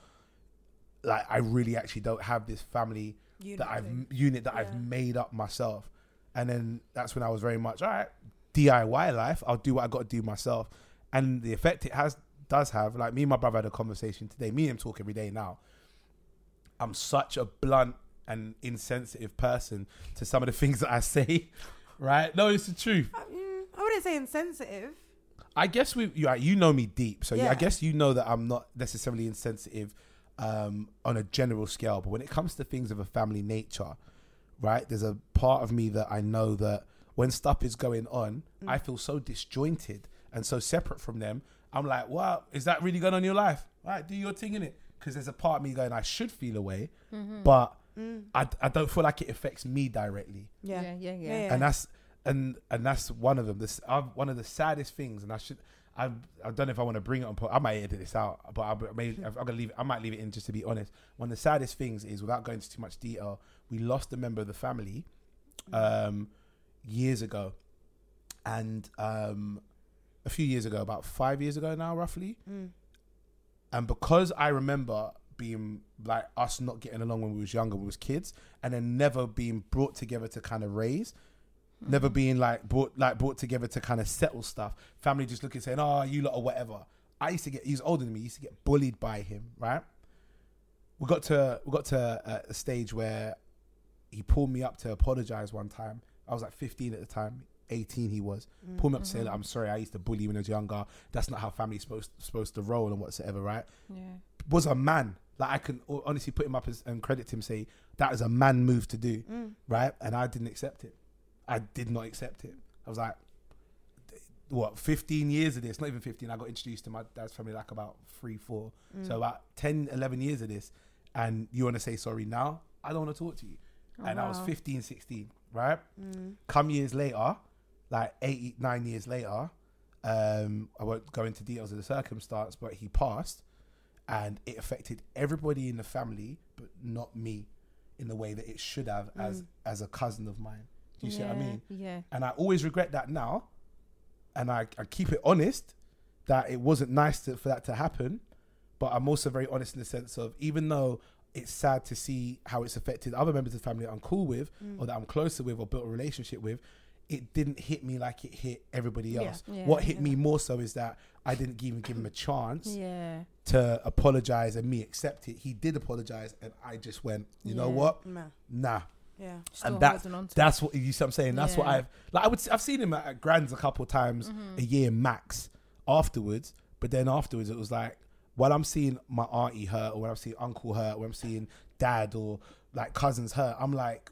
C: like I really actually don't have this family
E: Unit
C: that I've
E: thing.
C: unit that
E: Yeah.
C: I've made up myself. And then that's when I was very much all right DIY life. I'll do what I got to do myself, and the effect it has does have. Like me and my brother had a conversation today. Me and him talk every day now. I'm such a blunt and insensitive person to some of the things that I say. Right? No, it's the truth.
D: Uh,
E: I, mm, I wouldn't say insensitive.
C: I guess we you, you know me deep, so yeah.
E: Yeah.
C: I guess you know that I'm not necessarily insensitive um, on a general scale, but when it comes to things of a family nature, right? There's a part of me that I know that when stuff is going on, I feel so disjointed and so separate from them. I'm like, wow, is that really going on in your life? All right, do your thing in it, because there's a part of me going, I should feel away, but I, I don't feel like it affects me directly
E: Yeah.
D: Yeah, yeah, yeah.
C: and that's and and that's one of them. This i one of the saddest things, and I should I I don't know if I want to bring it on. po- I might edit this out, but I maybe I'm gonna leave. it- I might leave it in just to be honest. One of the saddest things is without going into too much detail, we lost a member of the family um, years ago, and um, a few years ago, about five years ago now, roughly. And because I remember being like us not getting along when we was younger, when we was kids, and then never being brought together to kind of raise, never being like brought like brought together to kind of settle stuff. Family just looking saying, "Oh, you lot or whatever." I used to get he's older than me. Used to get bullied by him, right? We got to we got to a, a stage where he pulled me up to apologize one time. I was like 15 at the time, 18 he was. Pulled me up to say, like, "I'm sorry, I used to bully when I was younger. That's not how family's supposed supposed to roll and whatsoever, right?"
D: Yeah.
C: was a man. Like I can o- honestly put him up as, and credit him, say that is a man move to do, right? And I didn't accept it. I did not accept it. I was like, what, 15 years of this? Not even 15. I got introduced to my dad's family like about three, four.
D: Mm.
C: So about 10, 11 years of this. And you want to say sorry now? I don't want to talk to you. and I was
D: Oh, wow. Mm.
C: 15, 16, right? Come years later, like eight, nine years later, um, I won't go into details of the circumstance, but he passed and it affected everybody in the family, but not me in the way that it should have as as a cousin of mine. Do you see what I
D: Mm. Yeah,
C: mean?
D: Yeah.
C: And I always regret that now, and I, I keep it honest that it wasn't nice to, for that to happen, but I'm also very honest in the sense of even though it's sad to see how it's affected other members of the family that I'm cool with
D: Mm.
C: or that I'm closer with or built a relationship with, it didn't hit me like it hit everybody
E: Yeah.
C: else.
D: Yeah,
C: what hit
D: yeah.
C: me more so is that I didn't even give him a chance
D: Yeah.
C: to apologize and me accept it. He did apologize, and I just went, you know
D: Yeah.
C: what?
E: Nah.
C: Nah.
E: Yeah.
D: Still
C: that-
D: holding on to
C: That's what you see. What I'm saying that's what
D: Yeah.
C: I've like. I would s- I've seen him at, at Grands a couple times
E: Mm-hmm.
C: a year max afterwards, but then afterwards it was like while I'm seeing my auntie hurt, or when I'm seeing uncle hurt, or when I'm seeing dad or like cousins hurt, I'm like,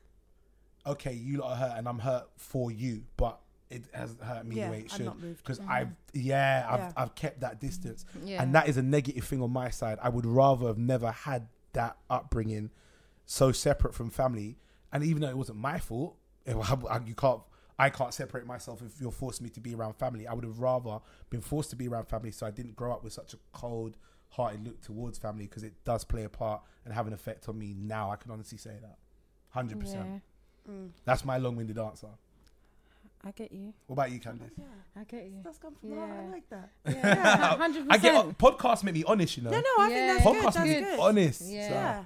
C: okay, you lot are hurt, and I'm hurt for you, but it hasn't hurt me
E: Yeah,
C: the way it
E: I'm
C: should
E: not moved. Mm-hmm.
C: because I've yeah, I've
E: Yeah. Mm-hmm.
C: I've kept that distance,
D: Yeah.
C: and that is a negative thing on my side. I would rather have never had that upbringing so separate from family, and even though it wasn't my fault, it- I- you can't. I can't separate myself if you're forcing me to be around family. I would have rather been forced to be around family, so I didn't grow up with such a cold-hearted look towards family because it does play a part and have an effect on me now. I can honestly say that, hundred percent.
D: Yeah,
E: Mm.
C: That's my long-winded answer.
D: I get you.
C: What about you, Candice?
E: Yeah,
D: I get you.
E: that's come from the heart. I
D: Yeah.
E: like that.
D: Yeah, hundred
C: I get
D: percent.
C: podcasts make me honest, you know.
E: No, no, I
D: Yeah.
E: think that's
C: podcasts
E: good.
C: make
E: That's
C: me
E: good.
C: honest.
D: Yeah.
C: so-
E: Yeah.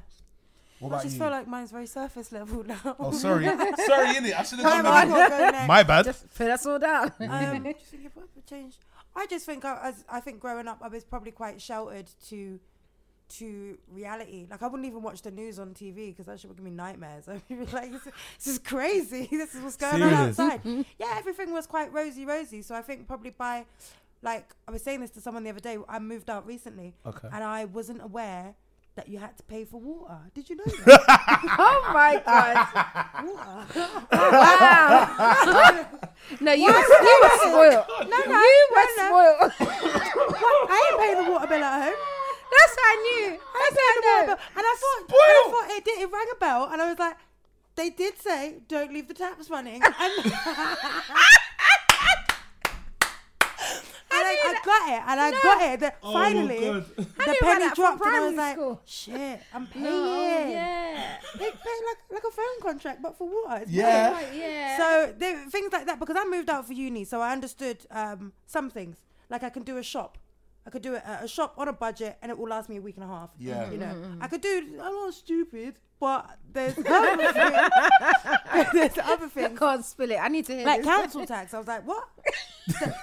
C: What
E: I
C: about
E: just
C: you?
E: feel like mine's very surface level now. Um,
C: oh, sorry, sorry, innit? I should have
E: Time
C: done
E: I
C: that.
E: gotta go next.
C: My bad.
D: Just put us all down.
E: um, just thinking, what would change? I just think I, as I think growing up, I was probably quite sheltered to to reality. Like I wouldn't even watch the news on TV because that shit would give me nightmares. I'd be like, this, this is crazy. this is what's going on
C: Serious?
E: outside. yeah, everything was quite rosy, rosy. So I think probably by like I was saying this to someone the other day. I moved out recently,
C: Okay.
E: and I wasn't aware that you had to pay for water. Did you know that?
D: oh my god!
E: water.
D: Wow. no, you were, you were spoiled.
E: No, no,
D: you were
E: no, no.
D: spoiled.
E: I ain't paying the water bill at home.
D: That's how I knew. I
E: the
D: don't know.
E: water bill. And I thought, and I
C: Spoiled.
E: thought it did. It rang a bell, and I was like, they did say don't leave the taps running. And, and I, I got it, and I got it. That
C: Oh,
E: finally,
C: God.
E: the
D: knew about
E: penny
D: that from
E: dropped, and I was
D: primary
E: like,
D: school.
E: shit, I'm paying.
D: No, Oh, yeah.
E: They pay like, like a phone contract, but for water. It's
C: Yeah.
E: mad.
D: Like, yeah.
E: So there, things like that, because I moved out for uni, so I understood um, some things. Like I can do a shop, I could do a, a shop on a budget, and it will last me a week and a half.
C: Yeah.
E: you know, I could do. I'm not stupid, but there's other things. there's other
D: I
E: things
D: can't spill it. I need to hear
E: like
D: this.
E: council tax. I was like, what? the,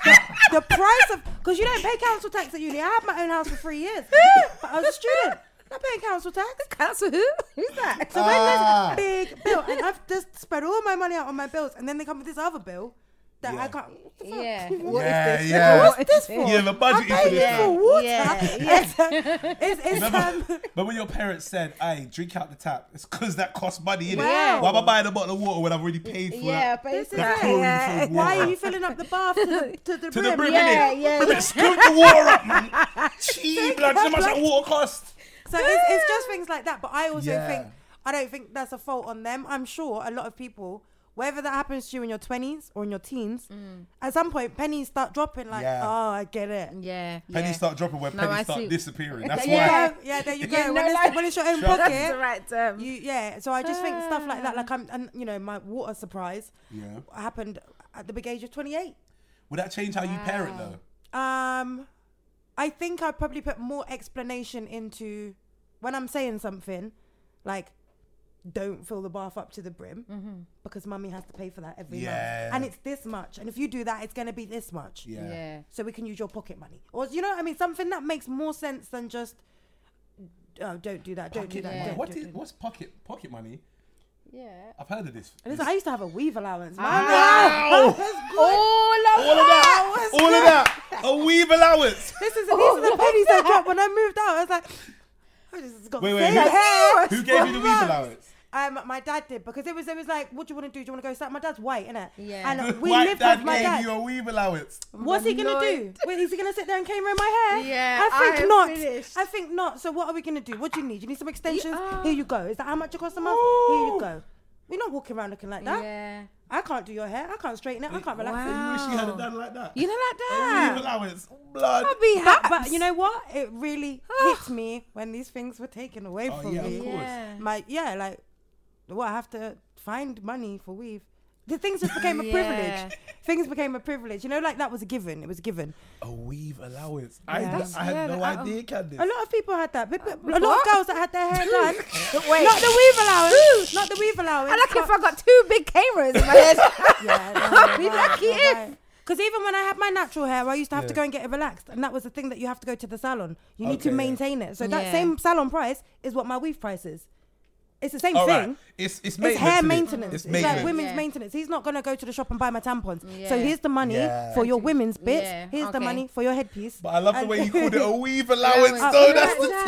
E: the price of because you don't pay council tax at uni. I had my own house for three years, but I was a student. Not paying council tax.
D: Council who? Who's that?
E: So when
C: Ah.
E: there's a big bill, and I've just spread all my money out on my bills, and then they come with this other bill that
C: Yeah.
E: I can't. What the fuck?
D: Yeah.
E: What
C: Yeah,
E: is this?
C: yeah.
E: What's this for?
C: You have a budget
E: I
C: for
E: paid
C: this
E: you for
C: now.
E: water.
D: Yeah,
E: it's, it's, um,
C: Remember, but when your parents said, "Hey, drink out the tap," it's because that costs money, innit?
D: Wow.
C: Why am I buying a bottle of water when I've already paid for
D: Yeah,
C: that?
E: this is
D: basically.
C: The
E: it.
C: chlorine
D: Yeah.
C: filled
E: Why
C: water.
E: are you filling up the bath to the to the,
C: to the brim,
D: Yeah,
C: innit?
D: yeah,
C: Brim,
D: yeah.
C: Scoop the water up, man. Gee, blood, so much that water cost.
E: So it's, it's just things like that. But I also
C: Yeah.
E: think I don't think that's a fault on them. I'm sure a lot of people, whether that happens to you in your 20s or in your teens, at some point pennies start dropping. Like,
C: Yeah.
E: oh, I get it.
D: Mm. Yeah.
C: Pennies start dropping where
D: No, I
C: pennies
D: see.
C: start disappearing. That's
E: There
D: Yeah.
C: why.
E: you go. Yeah, there you go.
D: Yeah, no,
E: when, it's,
D: like-
E: when it's your own
C: Sure.
E: pocket,
D: That's the right term.
E: you yeah. So I just think stuff like that. Like I'm, and you know, my water surprise
C: Yeah.
E: happened at the big age of 28.
C: Would that change how you parent though?
E: Um, I think I probably put more explanation into when I'm saying something, like don't fill the bath up to the brim because mummy has to pay for that every
C: Yeah.
E: month, and it's this much. And if you do that, it's going to be this much.
C: Yeah.
D: Yeah.
E: So we can use your pocket money, or you know, what I mean, something that makes more sense than just oh, don't do that, don't do
C: Pocket
E: that.
C: money.
E: Don't
C: What
E: do
C: is, what's pocket pocket money?
D: Yeah.
C: I've heard of this.
E: And listen, I used to have a weave allowance. man.
C: Wow! Oh.
D: All of
C: All of that.
E: That was
C: All of that. A weave allowance.
E: This is these are the pennies I dropped when I moved out. I was like, I just got
C: Wait, wait,
E: saved.
C: who, who gave you the weave
E: Months.
C: allowance?
E: Um, my dad did because it was it was like, what do you want to do? Do you want to go south? My dad's white, innit?
D: Yeah.
E: And we
C: White
E: lived
C: dad
E: with my
C: gave
E: dad.
C: you a weave allowance.
E: What's he gonna do? Wait, is he gonna sit there and camera my hair?
D: Yeah,
E: I think
D: I am
E: not.
D: finished.
E: I think not. So what are we gonna do? What do you need? You need some extensions.
D: Yeah.
E: Here you go. Is that how much it costs a month? Here you go. We're not walking around looking like that.
D: Yeah.
E: I can't do your hair. I can't straighten it. I can't relax it.
C: You wish you had it done like that.
D: You know like
C: A weave
D: that.
C: allowance. Blood.
D: I'll be happy.
E: But you know what? It really hit me when these things were taken away
C: Oh,
E: from
C: yeah, of
E: me.
C: course.
D: Yeah.
E: My yeah, like well, I have to find money for weave. The things just became a
D: Yeah.
E: privilege. Things became a privilege. You know, like that was a given. It was a given.
C: A weave allowance. I,
E: Yeah. um,
C: I had
D: yeah,
C: no
D: that-
C: idea, Candice.
E: A lot of people had that. But, but a lot of girls that had their hair done.
D: Wait.
E: Not the weave allowance. Not the weave allowance.
D: I like
E: not-
D: if I got two big cameras in my head.
E: Yeah,
D: I'll be lucky if.
E: Because even when I had my natural hair, I used to have to
C: Yeah.
E: go and get it relaxed, and that was the thing that you have to go to the salon. You need
C: Okay,
E: to
C: yeah.
E: maintain it. So that
D: Yeah.
E: same salon price is what my weave price is. It's the same
C: All right.
E: thing.
C: It's it's
E: It's
C: maintenance.
E: hair
C: innit?
E: maintenance.
C: It's
E: It's,
C: maintenance.
E: like women's
D: Yeah.
E: maintenance. He's not gonna go to the shop and buy my tampons.
D: Yeah.
E: So here's the money
C: Yeah.
E: for your women's bits.
D: Yeah,
E: Here's the
D: okay.
E: money for your headpiece.
C: but I love the
E: And-
C: way you called it a weave allowance.
D: Allowance.
C: though
D: Yeah,
C: that's the
D: yeah.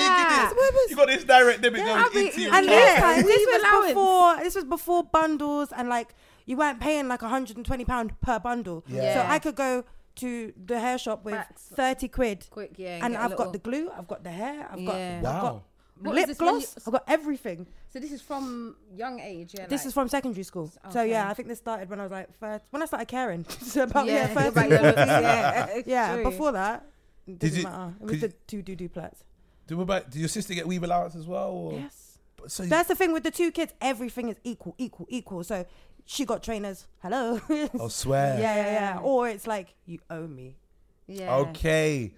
C: thing. It is. You got this direct debit
D: Yeah, I'll
C: going
D: be-
C: into your
E: And
D: Yeah.
E: this
C: account.
E: time, this
D: Leave
E: was
D: allowance.
E: before this was before bundles and like you weren't paying like 120 pound per bundle.
C: Yeah.
E: So I could go to the hair shop with
D: Facts.
E: 30 quid
D: Quick, yeah.
E: and I've got the glue, I've got the hair, I've
D: Yeah.
E: got
C: Wow.
E: I've got
D: What is
E: lip
D: this when
E: gloss.
D: you-
E: I've got everything.
D: So this is from young age, yeah.
E: This
D: like-
E: is from secondary school. So
D: Okay.
E: yeah, I think this started when I was like first, when I started caring. so about yeah,
D: yeah,
E: first,
D: about your looks, yeah,
E: yeah.
D: true.
E: Before that, it
C: Did
E: didn't
C: you-
E: matter. It
C: could
E: was the two do duplets.
C: Do, what about, do your sister get weave allowance as well? Or?
E: Yes.
C: So
E: That's the thing with the two kids. Everything is equal, equal, equal. So she got trainers. Hello.
C: I swear.
E: yeah, yeah, yeah. Or it's like you owe me.
D: yeah.
C: Okay.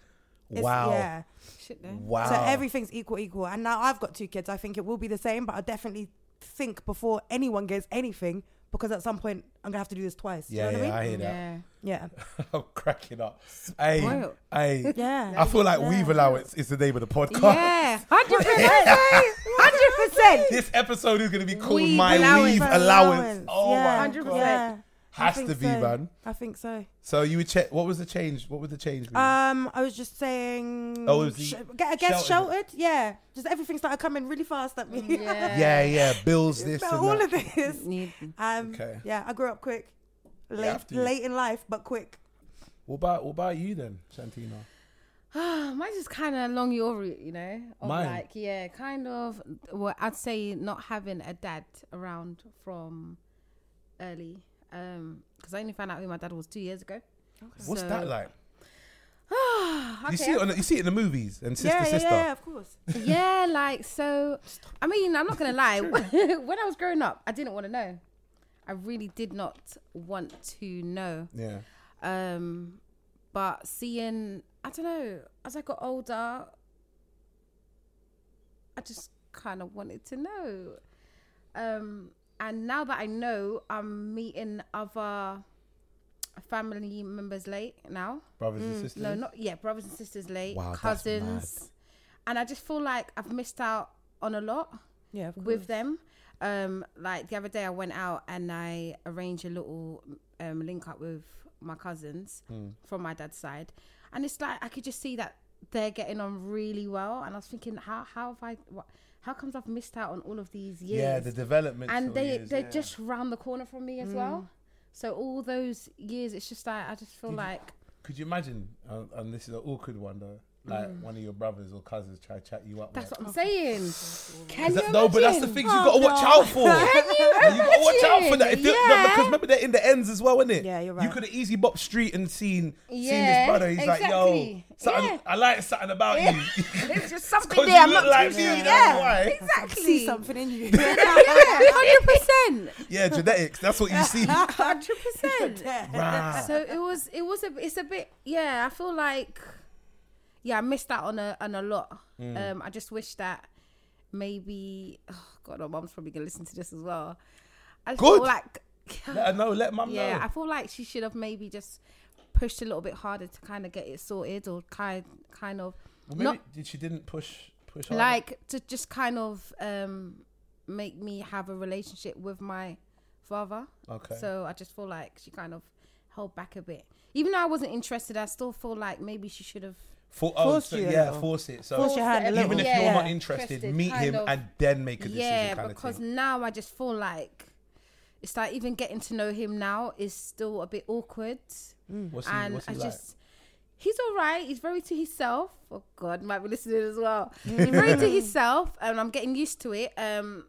E: It's,
C: Wow.
E: Yeah.
F: Shit, no.
C: Wow.
E: So everything's equal, equal. And now I've got two kids. I think it will be the same, but I definitely think before anyone gets anything because at some point I'm gonna have to do this twice. Do
C: Yeah,
E: you know
C: yeah,
E: what I
C: I
E: mean?
C: hear that.
D: Yeah.
E: yeah.
C: I'm cracking up. Hey,
F: Spoiled.
C: hey.
E: Yeah.
C: I feel like weave allowance is the name of the podcast.
F: Yeah, hundred percent. Hundred percent.
C: This episode is going to be called
F: Weave
C: My
F: allowance.
C: Weave Allowance. Oh
E: yeah.
C: my god.
E: I
C: Has
E: think
C: to be,
E: so.
C: man.
E: I think so.
C: So you would check. What was the change? What was the change? Lee?
E: Um, I was just saying.
C: Oh, it was the
E: sh- get a guest
C: sheltered.
E: sheltered. Yeah, just everything started coming really fast at me.
D: Yeah.
C: yeah, yeah. Bills this
E: About
C: and
E: all
C: that.
E: of this.
F: Need
E: Um,
C: Okay.
E: Yeah, I grew up quick, late,
C: have to.
E: late in life, but quick.
C: What about what about you then, Shantina?
D: Mine's just kind of along your route, you know? Of
C: Mine?
D: like, yeah, kind of, well, I'd say not having a dad around from early. Because I only found out who my dad was two years ago.
C: What's
D: So-
C: that like?
D: Okay,
C: You see it on the, you see it in the movies and sister
E: yeah, yeah,
C: sister.
E: yeah, of course.
D: yeah, like so. I mean, I'm not gonna lie. when I was growing up, I didn't want to know. I really did not want to know.
C: Yeah.
D: Um, but seeing, I don't know, as I got older, I just kind of wanted to know. Um, and now that I know, I'm meeting other family members late now.
C: Brothers
E: Mm,
C: and sisters.
D: Mm, No, not yeah, brothers and sisters late,
C: Wow, that's
D: cousins. And I just feel like I've missed out on a lot
E: Yeah, of course.
D: with them. Um, like the other day I went out and I arranged a little um link up with my cousins
C: Hmm.
D: from my dad's side. And it's like I could just see that they're getting on really well and I was thinking how how have I what how comes I've missed out on all of these years?
C: Yeah, the development.
D: and they
C: years,
D: they're
C: yeah.
D: just round the corner from me as
E: Hmm.
D: well. So all those years it's just like I just feel
C: Did you-
D: like
C: Could you imagine? Uh, and this is an awkward one though. Like one of your brothers or cousins try to chat you up.
D: Mm. That's
C: like-
D: what
E: Oh,
D: I'm saying. Can
C: Is
D: you
C: that- no, but that's the
D: imagine? Oh,
C: things you gotta watch out for.
D: Can
C: you gotta watch out for that. If they- no,
D: Yeah.
C: because remember they're in the ends as well, innit?
E: Yeah, you're
C: You
E: right.
C: could have easily bopped street and seen seen this
D: Yeah,
C: brother. He's
D: exactly.
C: like, yo, something,
D: Yeah.
C: I like something about you.
D: There's just
C: Because
D: something
C: you
D: there. I'm
C: look
D: not
C: like me. That's why.
D: exactly.
E: see something in you.
D: Hundred percent.
C: Yeah, genetics. That's what you see.
D: Hundred percent.
E: Ah.
C: Rah.
D: So it was. It was a. It's a bit. Yeah, I feel like. Yeah, I missed out on a on a lot.
C: Mm.
D: Um, I just wish that maybe. Oh God, my mom's probably gonna listen to this as well. I
C: Good.
D: feel like.
C: let her know. Let mum
D: Yeah,
C: know.
D: I feel like she should have maybe just pushed a little bit harder to kind of get it sorted or kind kind of
C: Well, maybe
D: not-
C: did she didn't push push harder.
D: like to just kind of um make me have a relationship with my father.
C: Okay.
D: So I just feel like she kind of held back a bit. Even though I wasn't interested, I still feel like maybe she should have
C: For, oh,
E: Force
C: so,
E: you a
C: yeah,
E: little.
C: force it. So
E: Force your hand a
D: Even
E: little.
C: even if
D: Yeah.
C: you're not
D: Yeah.
C: interested,
D: Interested,
C: meet
D: kind
C: him
D: of.
C: and then make a decision.
D: yeah,
C: kind of
D: because
C: thing.
D: now I just feel like it's like even getting to know him now is still a bit awkward.
C: What's he,
D: and
C: what's he
D: I
C: like?
D: just he's all right. He's very to himself. Oh God, might be listening as well.
C: Mm.
D: he's very to himself, and I'm getting used to it. Um,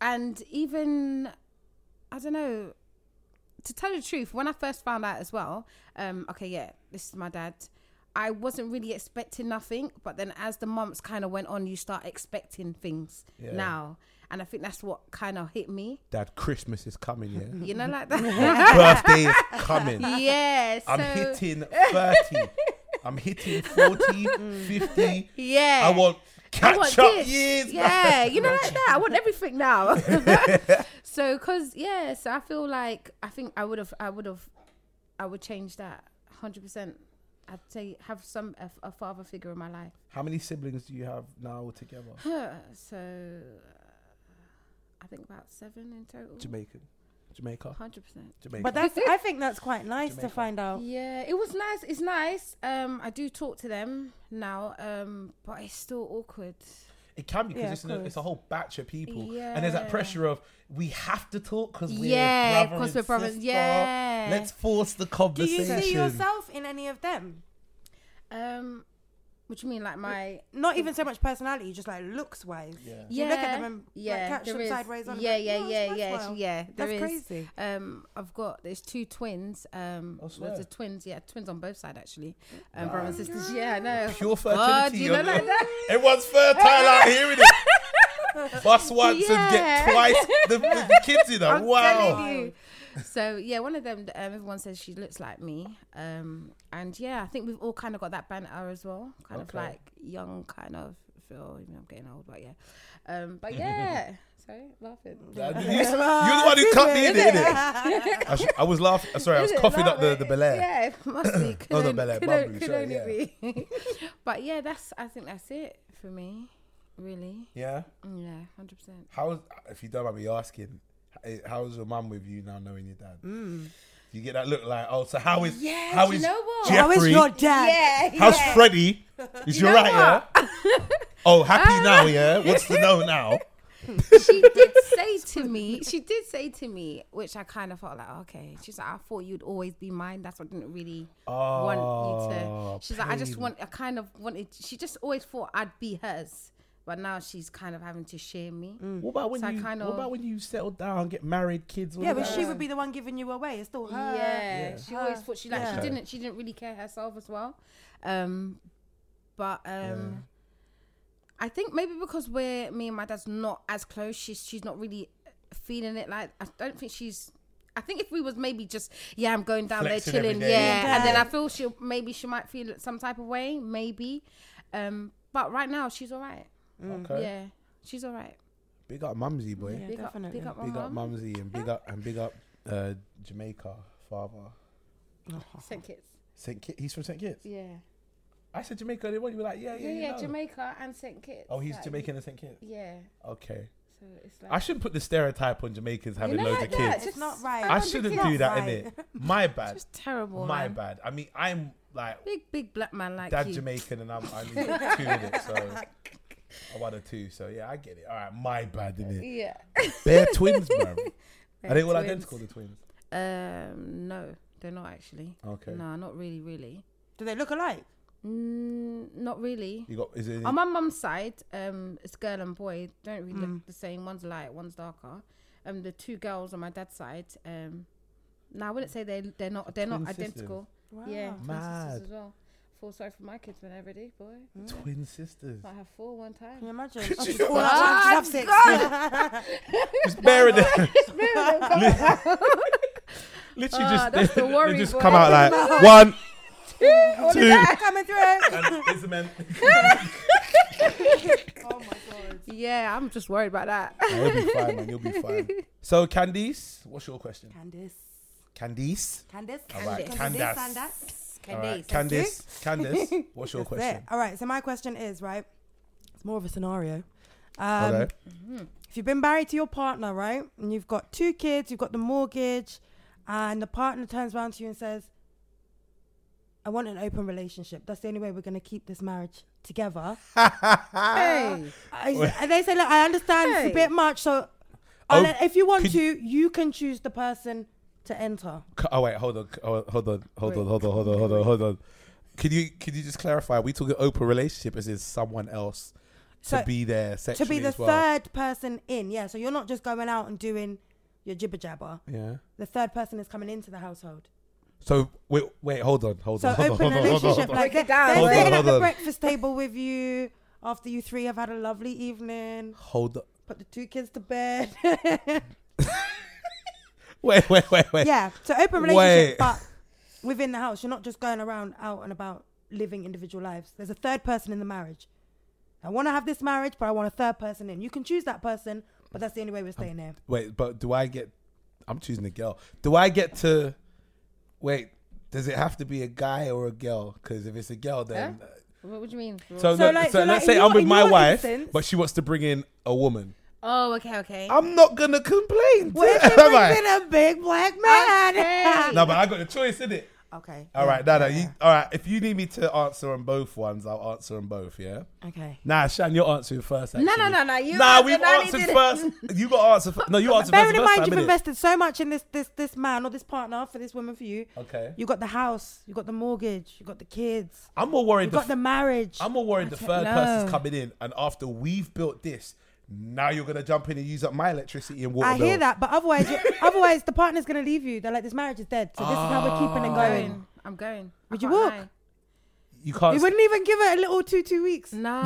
D: and even I don't know. To tell you the truth, when I first found out as well, um, okay, yeah, this is my dad. I wasn't really expecting nothing, but then as the months kind of went on, you start expecting things
C: Yeah.
D: now, and I think that's what kind of hit me.
C: Dad, Christmas is coming, yeah.
D: You know, like that.
C: Birthday is coming.
D: yeah. So,
C: I'm hitting 30. I'm hitting 40, 50.
D: Mm. Yeah.
C: I want
D: I
C: catch
D: want
C: up
D: this.
C: years.
D: Yeah, you know like that. I want everything now. so, cause yeah, so I feel like I think I would have, I would have, I would change that hundred percent. I'd say have some a, a father figure in my life.
C: How many siblings do you have now together?
D: So, I think about seven in total.
C: Jamaican. Jamaica.
D: Hundred percent.
C: Jamaica.
E: But that's, I think that's quite nice to
C: Jamaica.
E: find out.
D: Yeah, it was nice. It's nice. Um, I do talk to them now. Um, but it's still awkward.
C: it can be
E: Yeah,
C: because
E: of
C: it's, a- it's a
E: course.
C: whole batch of people. And there's that
D: Yeah.
C: pressure of we have to talk because we're
D: Yeah,
C: brother and
D: 'cause we're brothers.
C: sister.
D: Yeah.
C: Let's force the
E: Do you
C: conversation.
E: see yourself in any of them?
D: Um, What do you mean, like my?
E: Not even so much personality, just like looks wise.
C: Yeah.
E: You
D: Yeah,
E: look at them and, like,
D: yeah,
E: catch
D: there
E: them
D: is.
E: sideways on and
D: Yeah,
E: like,
D: yeah,
E: "Oh, it's
D: yeah,
E: nice
D: yeah,
E: smile."
D: it's- yeah.
E: That's
D: there is.
E: crazy.
D: Um, I've got there's two twins. Um,
C: I swear.
D: there's a twins. Yeah, twins on both sides actually. Um, brothers and sisters. Yeah, I know.
C: Pure fertility.
D: God, you know
C: on-
D: like that.
C: Everyone's fertile out here, it? Bust once and get
D: Yeah.
C: twice the, the kids in her. Wow.
D: telling you. So yeah, one of them. Um, everyone says she looks like me. Um, and yeah, I think we've all kind of got that banter as well, kind of
C: Okay.
D: like young, kind of feel. Even though I'm getting old, but yeah. Um, but yeah. Sorry, laughing.
C: That- you- You're the one who cut me in it, innit? I, sh- I was laughing. Sorry, I was
D: Is it?
C: coughing
D: Love
C: up the,
D: it.
C: the Bel Air.
D: Yeah, it must be.
C: Not
D: Could
C: the
D: only-
C: Bel Air,
D: could
C: Bumbley,
D: only- could
C: sorry,
D: only
C: yeah.
D: be. but yeah, that's. I think that's it for me. Really.
C: Yeah?
D: Yeah, hundred percent.
C: How, if you don't mind me asking, h- how's your mum with you now knowing your dad? Do you get that look like, oh, so how is,
D: Mm. Yeah,
C: how
D: do you
C: is
D: know what?
C: Jeffrey,
E: How Oh, is your dad?
D: Yeah.
C: how's Freddie? Is you
D: know
C: right, yeah? Oh, happy now, yeah? What's the no now?
D: she did say to me, she did say to me, which I kind of felt like, oh, okay. She's like, I thought you'd always be mine. That's what I didn't really want you
C: Oh,
D: to. She's like, I just
C: pain.
D: want, I kind of wanted, she just always thought I'd be hers. But now she's kind of having to share me.
C: What about when
D: So I
C: you?
D: kind
C: what
D: of-
C: about when you settle down, get married, kids? all
E: Yeah,
C: of
E: but
C: that?
E: she would be the one giving you away. It's still her.
D: yeah, she
E: Her.
D: always thought she like
E: Yeah.
D: she didn't she didn't really care herself as well um but um i think maybe because we're me and my dad's not as close she's she's not really feeling it like i don't think she's I think if we was maybe just yeah, I'm going down
C: Flexing
D: there
C: every
D: chilling, yeah,
C: day.
D: and then
E: Yeah.
D: I feel she will maybe she might feel some type of way, maybe, um, but right now she's all right.
C: Okay.
D: Yeah, she's all right.
C: Big up Mumsy boy.
E: Yeah,
D: Big up,
E: definitely.
D: big up, my
C: Big up
D: mum.
C: Mumsy and big up and big up uh, Jamaica father.
D: Saint Kitts.
C: Saint Kitts. He's from Saint Kitts.
D: Yeah,
C: I said Jamaica. They were you were like yeah yeah
D: yeah, yeah.
C: know.
D: Jamaica and Saint Kitts.
C: Oh, he's
D: like,
C: Jamaican and Saint Kitts.
D: Yeah,
C: Okay.
D: so it's like
C: I shouldn't put the stereotype on Jamaicans having
D: know
C: loads
D: like
C: of
D: that,
C: kids.
E: It's
D: Just-
E: not right.
C: I shouldn't do that in it. My bad.
D: Just terrible.
C: My
D: man.
C: bad. I mean, I'm like
D: Big, big black man like
C: dad
D: you.
C: Jamaican and I'm I need two in it. So I want a two. So yeah, I get it. All right, my bad in it.
D: Yeah.
C: They're twins, man. Are they all
D: twins.
C: identical? The twins.
D: Um, no, they're not actually.
C: Oh, Okay.
D: No, not really, really.
E: Do they look alike?
D: Mm, not really.
C: You got is it?
D: On my mum's side, um, it's girl and boy. Don't really look the same. One's light, one's darker. Um, the two girls on my dad's side. Um, now I wouldn't say they they're not they're not
C: twin sisters.
D: identical.
E: Wow.
D: Yeah, twin
C: Mad.
D: sisters as well. Feel sorry for my kids whenever they boy.
C: twin sisters.
D: Might have four one time.
E: Can you imagine? Oh, she's all out,
D: Oh,
E: she's have sex.
C: Just bearing them. Literally
D: Ah,
C: just,
D: that's the
C: they
D: worry,
C: just
D: boy.
C: come out like one, two,
E: Coming through.
C: and it's a man.
D: Oh, Yeah, I'm just worried about that.
C: You'll be fine, man. You'll be fine. So, Candice, what's your question?
E: Candice.
C: Candice.
E: Candice.
C: All right, Candace.
E: Candice. Candace.
C: All right, Candice. Candice, what's your
E: That's it.
C: question?
E: All right. So my question is right. It's more of a scenario. Um,
C: okay.
E: If you've been married to your partner, right, and you've got two kids, you've got the mortgage, and the partner turns around to you and says, "I want an open relationship. That's the only way we're going to keep this marriage together."
D: Hey.
E: I- and they say, "Look, I understand it's a bit much, so I'll
C: Oh,
E: let- if you want
C: could-
E: to, you can choose the person to enter."
C: C- Oh wait, hold on, c- oh, hold on, hold on, hold on, hold on, hold on, hold on. Could you could you just clarify? Are we talking open relationship as in someone else to
E: So-
C: be there
E: to
C: sexually
E: be the
C: as well?
E: third person in. Yeah, so you're not just going out and doing your jibber jabber.
C: Yeah.
E: The third person is coming into the household.
C: So wait, wait, hold on, hold
E: So
C: on, hold on, hold
E: open
C: on, hold on,
E: relationship
C: hold on.
E: like that.
D: Break it down.
E: They're
C: Hold on,
E: sitting at
C: hold
E: the
C: on.
E: breakfast table with you after you three have had a lovely evening.
C: Hold on.
E: Put the two kids to bed.
C: Wait, wait, wait, wait.
E: yeah, so open relationship,
C: Wait.
E: but within the house, you're not just going around out and about living individual lives. There's a third person in the marriage. I want to have this marriage, but I want a third person in. You can choose that person, but that's the only way we're staying there.
C: Wait, but do I get? I'm choosing a girl. Do I get to? Wait, does it have to be a guy or a girl? Because if it's a girl, then uh,
D: What, what do you mean?
C: so no,
E: So like-
C: so,
E: so
C: let's
E: like
C: say
E: in
C: I'm
E: your-
C: with
E: in
C: my
E: your
C: wife,
E: instance-
C: but she wants to bring in a woman.
D: oh, okay, okay.
C: I'm not gonna complain.
E: What if
C: am
E: she brings
C: I?
E: in a big black man?
D: Okay.
C: No, but I got a choice in it.
E: Okay.
C: All
E: yeah,
C: right, Nana.
E: yeah,
C: You, all right, if you need me to answer on both ones, I'll answer on both. Yeah.
E: yeah. Okay.
C: Nah, Shan, you're answering first. Actually.
D: No, no, no, no. You
C: Nah,
D: answer,
C: we've
D: Nani
C: answered
D: did it.
C: first. You got to answer. First. No, you answered first.
E: Bearing
C: the
E: in
C: first
E: mind,
C: time,
E: you've
C: innit?
E: invested so much in this this this man or this partner for this woman for you.
C: Okay.
E: You got the house, you got the mortgage, you got the kids,
C: I'm more
E: you
C: worried. The
E: got the marriage.
C: I'm more worried the
E: don't
C: third person's
E: know.
C: coming in, and after we've built this, now you're gonna jump in and use up my electricity and water
E: I
C: bill.
E: hear that, but otherwise, you- otherwise the partner's gonna leave you. They're like, this marriage is dead, so this is how we're keeping it going.
D: I'm going.
E: Would
D: I
E: you
D: can't
E: walk?
D: lie.
C: You can't.
E: You wouldn't even give it a little two two weeks.
D: Nah.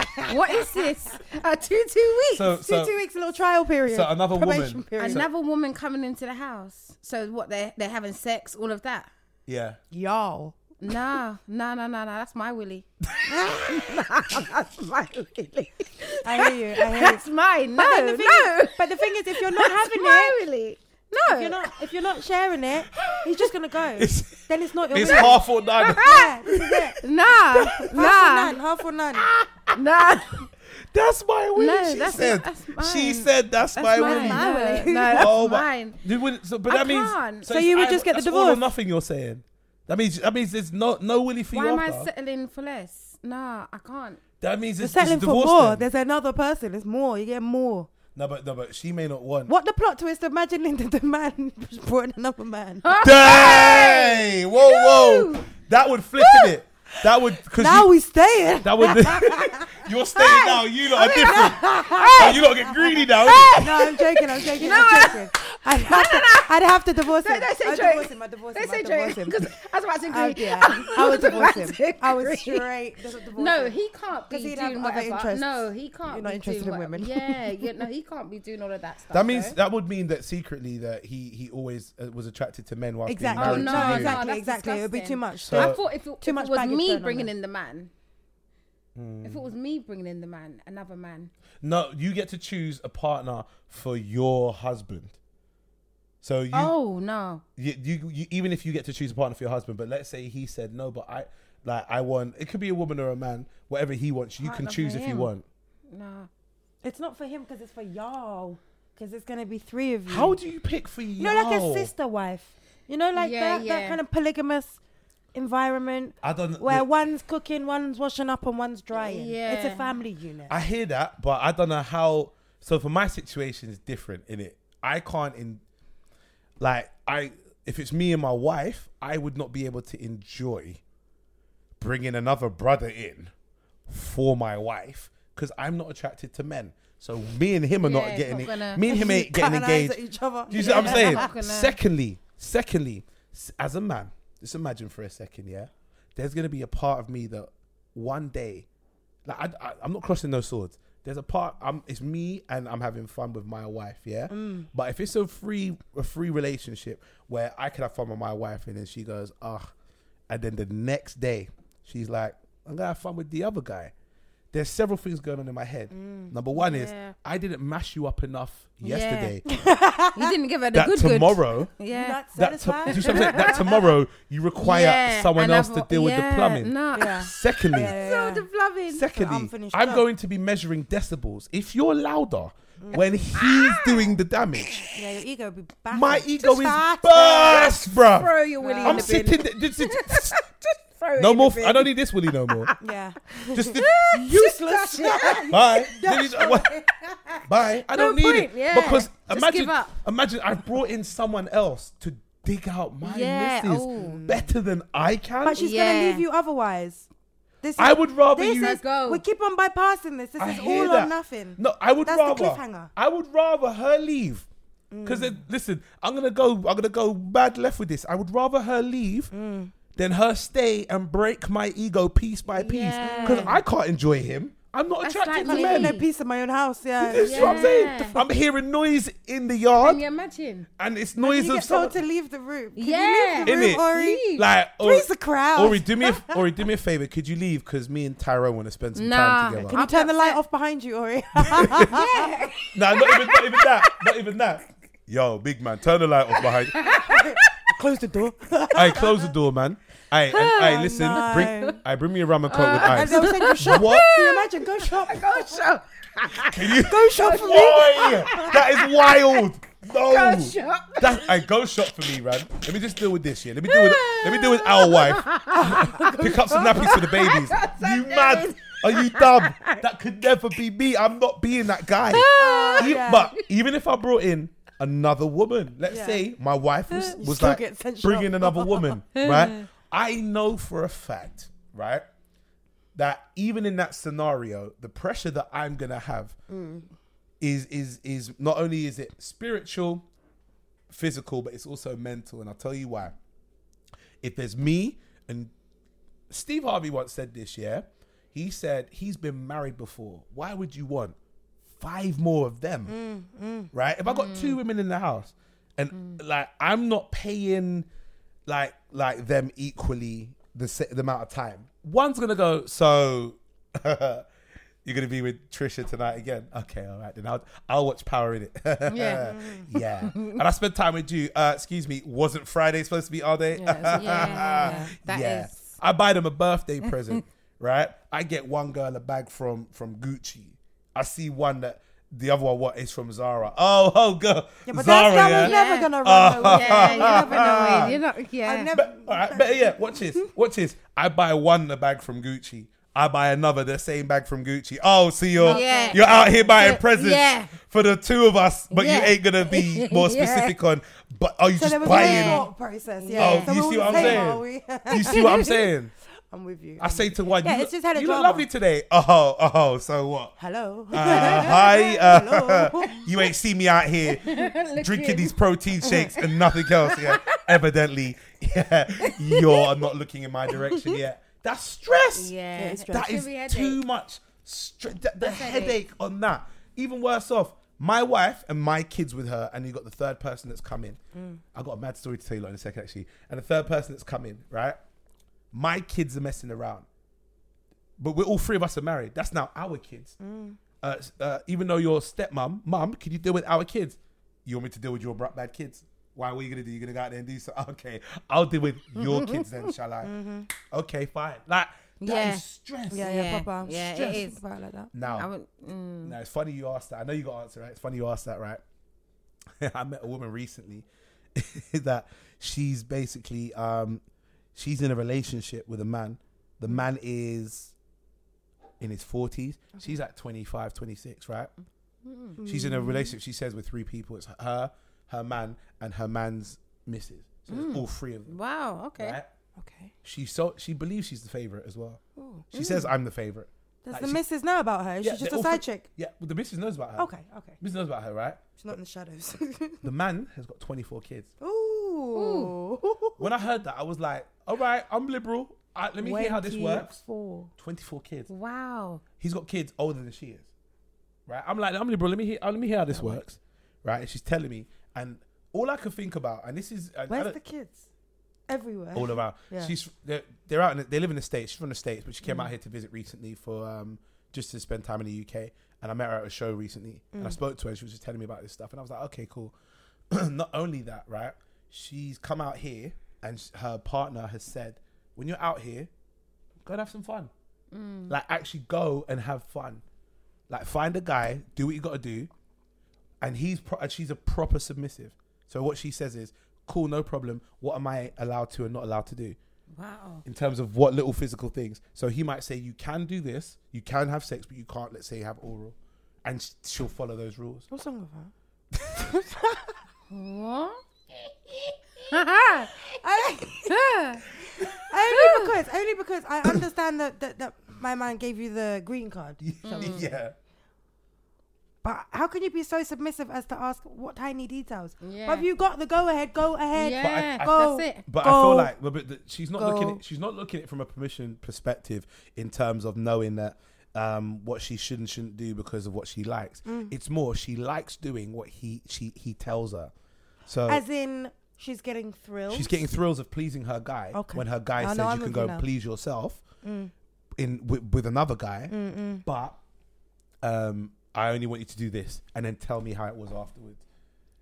D: what is this? Uh, two, two weeks.
C: so,
E: two
C: so,
E: two weeks, a little trial period.
C: so another
E: probation
C: woman-
E: Period.
D: Another woman coming into the house. So what? They they're having sex, all of that.
C: yeah.
E: Y'all.
D: Nah, nah, nah, nah, nah. That's my willy. that's my willy.
E: I hear you. I hear you.
D: That's mine. No,
E: But then the thing
D: no.
E: is- but the thing is, if you're not
D: that's
E: having
D: my
E: it-
D: willy. No,
E: If you're not, if you're not sharing it, he's just gonna go.
C: It's-
E: then it's not your.
C: It's
E: will.
C: half or none.
E: Yeah, this is it.
D: Nah,
E: Half or none.
D: nah,
E: Half or none.
D: nah.
C: That's my win.
D: No,
C: she
D: that's-
C: said.
D: that's
C: She
D: mine.
C: said that's,
D: That's
C: my
D: mine.
C: win.
E: Mine.
D: No,
E: Willy.
D: no, that's
C: oh
D: mine.
C: My, you wouldn't- so, but
D: I
C: that means
D: can't.
E: So you
C: it's
E: would
C: ei-
E: just get the
C: that's all or
E: divorce?
C: nothing. You're saying that means that means there's no no willy for
D: Why
C: you
D: am I
C: after.
D: settling for less? Nah, I can't.
C: that means
E: You're
C: it's,
E: settling
C: it's
E: for
C: divorce.
E: more.
C: then.
E: There's another person. It's more. You get more.
C: No, but no, but she may not want.
E: What the plot twist? Imagining that the man brought in another man.
C: Dang! Whoa, whoa! That would flip it. That would because
E: now we staying.
C: that would you're staying now. You lot are different. Now you lot get greedy now. innit?
E: No, I'm joking. I'm joking.
D: know
E: I'm
D: what?
E: joking. I'd have, to, I'd have to divorce him.
D: Don't, don't say
E: I'd
D: Drake.
E: divorce him. I'd divorce
D: don't
E: him.
D: say
E: I'd
D: Drake.
E: divorce him.
D: Because I was about to
E: I'd,
D: agree.
E: yeah, I would divorce
D: about to
E: him. I would
D: agree.
E: straight divorce
D: No,
E: him.
D: he can't be
E: 'Cause he'd
D: doing
E: have other
D: whatever.
E: interests.
D: No, he can't.
E: You're not
D: be
E: interested
D: doing
E: in
D: what-
E: women.
D: Yeah, yeah, no, he can't be doing all of that stuff.
C: That means
D: though.
C: that would mean that secretly that he he always uh, was attracted to men whilst
E: Exactly.
C: being married
D: Oh, no,
C: to you.
D: no,
E: exactly,
D: that's
E: exactly. It would be
D: disgusting.
E: too much.
C: So-
D: I thought if it, if it
E: much
D: was
E: baggage going
D: me
E: on
D: bringing
E: there.
D: in the man,
C: Hmm.
D: if it was me bringing in the man, another man.
C: No, you get to choose a partner for your husband. So you,
D: oh no,
C: you, you, you, even if you get to choose a partner for your husband, but let's say he said no, but I, like, I want. It could be a woman or a man, whatever he wants. You can
D: Partner for
C: choose if you
D: him.
C: want.
D: no.
E: It's not for him because it's for y'all. Because it's gonna be three
D: Mm.
E: of you.
C: How do you pick for you?
E: you know, like a sister wife. You know, like
D: Yeah,
E: that, that
D: yeah.
E: kind of polygamous environment
C: I don't.
E: where
C: the-
E: one's cooking, one's washing up, and one's drying. It's a
D: Yeah.
E: family unit.
C: I hear that, but I don't know how. So for my situation, it's different in it. I can't in, like I if it's me and my wife, I would not be able to enjoy bringing another brother in for my wife because I'm not attracted to men. So me and him are
D: Yeah,
C: not
D: it's
C: getting
D: not
C: it.
D: gonna-
C: Me and him ain't getting
E: Cutting eyes
C: engaged.
E: at each other.
C: Do you see what I'm saying?
D: not gonna-
C: Secondly, secondly, s- as a man, just imagine for a second, yeah. There's gonna be a part of me that one day, like I, I, I'm not crossing those swords. There's a part. I'm. It's me, and I'm having fun with my wife. Yeah.
E: Mm.
C: But if it's a free, a free relationship where I could have fun with my wife, and then she goes, ah, and then the next day she's like, I'm gonna have fun with the other guy. There's several things going on in my head.
E: Mm.
C: Number one
D: Yeah.
C: is I didn't mash you up enough yesterday.
D: You didn't give her the
C: That
D: good
C: tomorrow
D: good.
E: You're
D: Yeah.
E: not
C: that, to,
E: satisfied?
C: do you see what I'm saying? that tomorrow you require
D: Yeah,
C: someone else to
D: another-
C: deal with the
D: yeah,
C: plumbing.
D: No,
E: yeah.
C: Secondly,
E: Yeah,
D: so
E: yeah.
D: the plumbing.
C: secondly,
E: unfinished
C: I'm
E: work.
C: going to be measuring decibels. If you're louder
D: Mm.
C: when he's doing the damage,
E: Yeah, your ego would be back.
C: my ego is
E: fat.
C: burst, bruv.
D: Throw your willy in
C: I'm
D: the bin.
C: sitting. There, just, just-
D: Just throw it
C: no
D: in
C: more.
D: The
C: f-
D: bin.
C: I don't need this willy no more.
E: Yeah.
C: Just useless. Bye. Then he's- what? Bye. I don't need
D: point,
C: it
D: yeah.
C: because
D: Just
C: imagine,
D: give up.
C: imagine I brought in someone else to dig out my
D: Yeah,
C: misses
D: oh.
C: better than I can.
E: But she's gonna
D: Yeah.
E: leave you otherwise. This
C: I would rather
E: this
C: you.
E: is,
D: Go.
E: We keep on bypassing this. This
C: I
E: is
C: hear
E: all
C: that.
E: or nothing.
C: No, I would
E: That's
C: rather.
E: the cliffhanger.
C: I would rather her leave. Because
D: Mm.
C: listen, I'm gonna go. I'm gonna go bad left with this. I would rather her leave
D: Mm.
C: than her stay and break my ego piece by piece. Because
D: Yeah.
C: I can't enjoy him. I'm not
D: That's
C: attracted
D: like
E: I'm
C: to
D: me.
E: making a
C: men.
E: piece of my own house. Yeah.
C: This is what I'm saying.
D: Yeah.
C: I'm hearing noise in the
D: Can
C: yard,
D: you imagine?
C: and it's noise
E: You
C: of
E: get told
C: someone.
E: to leave the room. Can
D: Yeah.
E: You leave the room,
C: Innit?
E: Ori?
D: Leave.
C: Like, or,
E: Three's a crowd.
C: Ori, do me, a, Ori, do me a favor. Could you leave? Because me and Tyrone want to spend some
D: Nah.
C: time
E: Can
C: together.
E: you
D: I'm
E: turn the light
D: upset.
E: off behind you, Ori?
C: nah, not even, not even that. Not even that. Yo, big man, turn the light off behind. you.
E: Close the door.
C: Hey, close the door, man. Hey, and, hey, listen.
E: Oh, no. Uh,
C: Bring, hey, bring me a ramen coat with
E: And they'll
C: ice.
E: send you shop.
C: What?
E: Can you imagine? Go shop.
D: Oh, so
C: Can you?
E: Go shop for me.
C: Oi, that is wild. No.
D: Go shop.
C: That's, I go shop for me, man. Let me just deal with this, yeah. Let me deal with let me deal with our wife. Pick up some nappies for the babies. you mad? Are you dumb? That could never be me. I'm not being that guy. E-
E: Ah, yeah.
C: But even if I brought in another woman, let's
E: Yeah.
C: say my wife was, was
E: still
C: like
E: get sent
C: bring
E: shop.
C: in another woman, right? I know for a fact, right, that even in that scenario, the pressure that I'm gonna have
E: Mm.
C: is is is not only is it spiritual, physical, but it's also mental. And I'll tell you why. If there's me and Steve Harvey once said this, yeah, he said he's been married before. Why would you want five more of them? right? If I got two women in the house and like I'm not paying like like them equally the, sa- the amount of time, one's gonna go. So you're gonna be with Trisha tonight again? Okay, all right. Then I'll I'll watch Power in it. yeah, yeah. And I spent time with you. Uh, excuse me, wasn't Friday supposed to be our day?
F: Yeah,
C: yeah,
D: That is-
C: I buy them a birthday present, right? I get one girl a bag from from Gucci. I see one that the other one what is from Zara. Oh, oh, girl,
E: Yeah, but
C: Zara.
E: that
C: yeah.
E: girl was never gonna run away.
D: Yeah, you're not gonna win. You're not.
E: I
D: Yeah.
E: never.
C: But, all right, but yeah, watch this. Watch this. I buy one the bag from Gucci. I buy another the same bag from Gucci. Oh, so you're
D: Yeah.
C: you're out here buying
D: Yeah.
C: presents for the two of us, but
D: Yeah.
C: you ain't gonna be more
D: Yeah.
C: specific on. But are you
E: So there
C: just
E: was a
C: buying?
E: thought process. Yeah.
C: Oh,
E: So
C: you
E: we
C: see
E: were
C: what I'm
E: saying,
C: saying?
E: are we?
C: You see what I'm saying?
E: I'm with you.
C: I say to one,
E: Yeah,
C: you,
E: it's
C: look,
E: just had a
C: you look
E: drama.
C: lovely today. Oh, oh, so what?
E: Hello.
C: Uh, hi, uh,
E: Hello.
C: you ain't see me out here drinking these protein shakes and nothing else. Yeah, evidently, yeah, you're not looking in my direction yet. That's stress.
E: Yeah,
D: Yeah.
E: it's
C: that
D: Give
C: is
D: me a
C: too
D: headache.
C: much. Stre- the the headache on that. Even worse off, my wife and my kids with her, and you got the third person that's coming.
E: Mm.
C: I got a mad story to tell you lot in a second, actually. And the third person that's coming, right? My kids are messing around but we're all three of us are married. That's now our kids.
E: Mm.
C: Uh, s- uh, even though your stepmom, mum, can you deal with our kids? You want me to deal with your bra- bad kids? Why? What are you gonna do? You're gonna go out there and do so? Okay, I'll deal with your kids then, shall I? Okay, fine. Like that is
D: Mm-hmm. Yeah.
C: stress.
E: Yeah, yeah,
D: Yeah.
E: Papa.
D: Yeah,
E: Stress.
D: it is.
E: About it like that.
D: I
C: Now,
D: would. Mm,
C: now it's funny you asked that. I know you got an answer right. It's funny you asked that, right? I met a woman recently that she's basically um, she's in a relationship with a man. The man is in his 40s. She's like 25, 26, right?
E: Hmm.
C: She's in a relationship, she says, with three people. It's her, her man, and her man's missus. So it's all three of them.
D: wow. Okay.
C: Right?
E: Hmm. Okay.
C: She so she believes she's the favorite as well.
E: Ooh.
C: She says I'm the favorite.
E: Does
C: Like,
E: the
C: she-
E: missus know about her? Is
C: Yeah,
E: she just
C: they're
E: a
C: all
E: side
C: three-
E: chick?
C: Yeah, well, the missus knows about her.
E: Okay, okay.
C: Missus knows about her, right?
E: She's not in the shadows.
C: The man has got 24 kids.
E: Ooh.
C: When I heard that, I was like, all right, I'm liberal. I, let me hear how this works.
E: Four.
C: 24 kids.
D: Wow.
C: He's got kids older than she is. Right? I'm like, I'm liberal. Let me hear, uh, let me hear how this works. Right? And she's telling me. And all I could think about, and this is and I
E: Where's
C: don't-
E: the kids? Everywhere.
C: all around.
E: Yeah.
C: She's they're, they're out. In, the- they live in the states. She's from the states, but she came out here to visit recently for um just to spend time in the UK. And I met her at a show recently, and I spoke to her. and She was just telling me about this stuff, and I was like, okay, cool. Not only that, right? She's come out here, and sh- her partner has said, when you're out here, go and have some fun. Like actually go and have fun. Like find a guy, do what you got to do, and he's pro- and she's a proper submissive. So what she says is, "Cool, no problem. What am I allowed to and not allowed to do
D: Wow.
C: in terms of what little physical things?" So he might say, "You can do this. You can have sex, but you can't, let's say, have oral," and sh- she'll follow those rules.
E: What's wrong with her?
D: What?
E: I like- only because, only because I understand that, that, that my man gave you the green card. Mm.
C: yeah,
E: But how can you be so submissive as to ask what tiny details?
D: Yeah.
E: But if you got the go ahead, go ahead.
D: yeah.
C: I-
E: go.
D: that's it.
C: but I feel
E: Go.
C: like but, but the, she's not looking.
E: Go.
C: At, she's not looking at it from a permission perspective in terms of knowing that. Um, what she should and shouldn't do because of what she likes.
E: Mm.
C: It's more she likes doing what he she he tells her. So
E: As in, she's getting thrilled.
C: She's getting thrills of pleasing her guy
E: Okay.
C: when her guy
E: I know,
C: says
E: I'm Mm.
C: you can
E: with
C: go
E: you
C: and
E: now.
C: please yourself in with, with another guy, but um, I only want you to do this and then tell me how it was afterwards.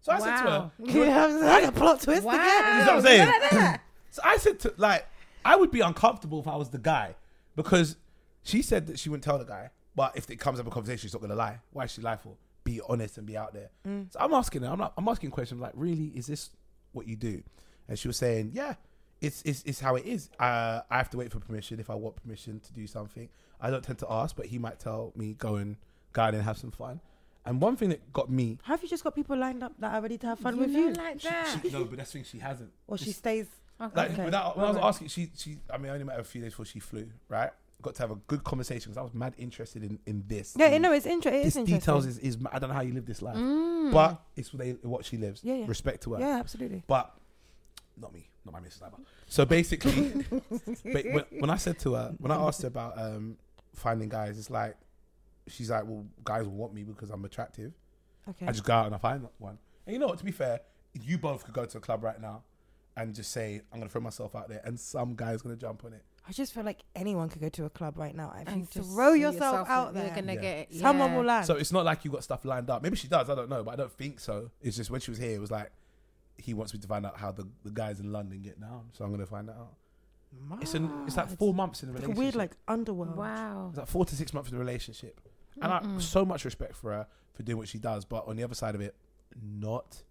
C: So I said to her,
D: Wow.
E: You know, that's a plot twist
D: Wow.
C: you know
E: again.
C: what I'm saying? so I said to like, I would be uncomfortable if I was the guy because she said that she wouldn't tell the guy, but if it comes up a conversation, she's not gonna lie. Why is she lie for? be honest and be out there.
E: Mm.
C: So I'm asking her, I'm like, I'm asking questions like, really, is this what you do? And she was saying, yeah, it's it's, it's how it is. Uh, I have to wait for permission if I want permission to do something. I don't tend to ask, but he might tell me go and go out and have some fun. And one thing that got me,
E: Have you just got people lined up that are ready to have fun
D: You
E: with
D: know
E: you?
D: like
C: she,
D: that.
C: she, no, but that's the thing she hasn't.
E: Or she
C: It's-
E: stays.
C: Like
E: Okay.
C: without, when I was
E: Alright.
C: asking, she she I mean, I only met her a few days before she flew. Right, got to have a good conversation because I was mad interested in in this.
E: Yeah,
C: in
E: no, it's inter- it
C: this
E: is interesting. Mm.
C: details is, is I don't know how you live this life, but it's what, they, what she lives.
E: Yeah, yeah.
C: Respect to her,
E: Yeah, absolutely.
C: but not me, not my missus. Either. So basically, but when, when I said to her, when I asked her about um, finding guys, it's like she's like, well, guys will want me because I'm attractive.
E: Okay.
C: I just go out and I find one. And you know what? To be fair, you both could go to a club right now and just say, "I'm gonna throw myself out there," and some guy's gonna jump on it.
E: I just feel like anyone could go to a club right now. If you
D: And just
E: throw
D: see
E: yourself, out
D: you're
E: there,
D: gonna
C: Yeah.
D: get
E: someone
D: yeah.
E: will land.
C: So it's not like you got stuff lined up. Maybe she does. I don't know, but I don't think so. It's just when she was here, it was like he wants me to find out how the, the guys in London get down. So I'm gonna find that out. It's in, it's like
E: Mad.
C: four months in a
E: Ah, It's
C: relationship.
E: like a weird, like underworld.
D: Wow.
C: It's like four to six months in a relationship. And I
D: Mm-mm.
C: so much respect for her for doing what she does, but on the other side of it, not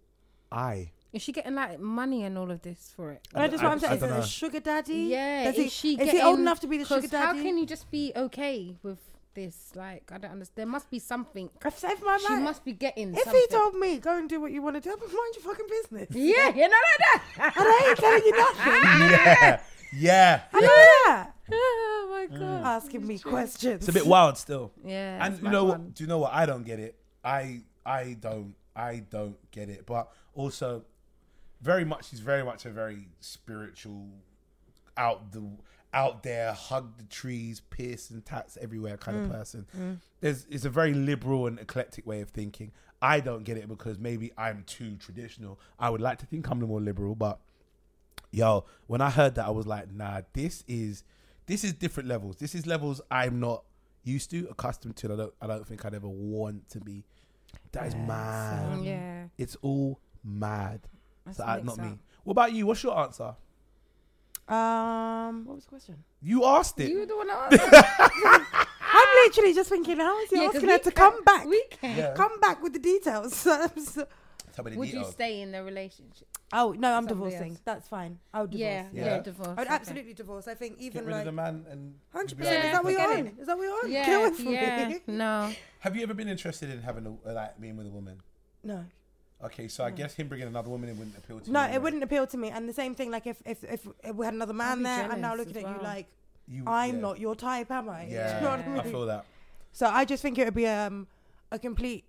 C: I.
D: Is she getting like money and all of this for it?
E: And I just
C: I-
E: what I'm
C: I
E: saying is,
C: don't
E: it
C: know.
E: a sugar daddy?
D: Yeah,
E: Does
D: is
E: he,
D: she
E: is he old
D: getting-
E: enough to be the sugar
D: 'Cause how
E: daddy?
D: can you just be okay with this? Like, I don't understand. There must be something.
E: I've saved my
D: She
E: life.
D: must be getting.
E: if
D: something.
E: he told me, go and do what you want to do, I'd be, mind your fucking business.
D: yeah, you know like that.
E: And I ain't telling you nothing.
C: Yeah. Yeah.
E: I know that.
D: oh my god.
E: Asking me questions.
C: Mm. It's a bit wild still.
D: Yeah.
C: and
D: that's
C: you
D: my
C: know what?
D: one.
C: Do you know what? I don't get it. I I don't I don't get it. But also, very much she's very much a very spiritual, out the out there, hug the trees, pierce and tats everywhere kind of person. There's it's a very liberal and eclectic way of thinking. I don't get it because maybe I'm too traditional. I would like to think I'm the more liberal, but yo, when I heard that, I was like, nah, this is this is different levels. This is levels I'm not used to, accustomed to. and I don't I don't think I'd ever want to be. That is mad.
D: Yeah.
C: It's all mad.
D: That's
C: so I,
D: mixed
C: not me.
D: up.
C: What about you? What's your answer?
E: Um, what was the question?
C: You asked it.
D: You the one that asked.
E: I'm literally just thinking, how is he
D: Yeah, 'cause
E: asking
D: we
E: her to
D: can't-
E: come back?
D: we can.
C: Yeah.
E: Come back with the details. So-
C: Tell me the
D: Would you
C: details.
D: stay in the relationship?
E: oh no, I'm
D: Somebody
E: divorcing.
D: else.
E: That's fine. I would divorce.
D: Yeah.
C: Yeah.
D: Yeah.
E: I
D: divorce.
E: would
D: okay.
E: absolutely divorce. I think
C: Get
E: even
C: rid of
E: like
C: the man and
E: hundred
C: you'd be
E: percent.
C: like,
E: Is that what you're
D: forget
E: on?
D: it.
E: Is that what you're on?
D: Yeah.
E: Get away from
D: yeah.
E: me.
D: No.
C: Have you ever been interested in having a, uh, like being with a woman?
E: No.
C: Okay, so I guess him bringing another woman in wouldn't appeal to
E: No,
C: you.
E: it wouldn't appeal to me. And the same thing, like if if if, if we had another man
D: be
E: there, I'm now
D: jealous
E: looking at you
D: as well.
E: like
C: You-
E: I'm
C: yeah.
E: not your type, am I? Do you
C: Yeah,
E: know what I
C: I
E: mean?
C: feel that.
E: So I just think it would be um, a complete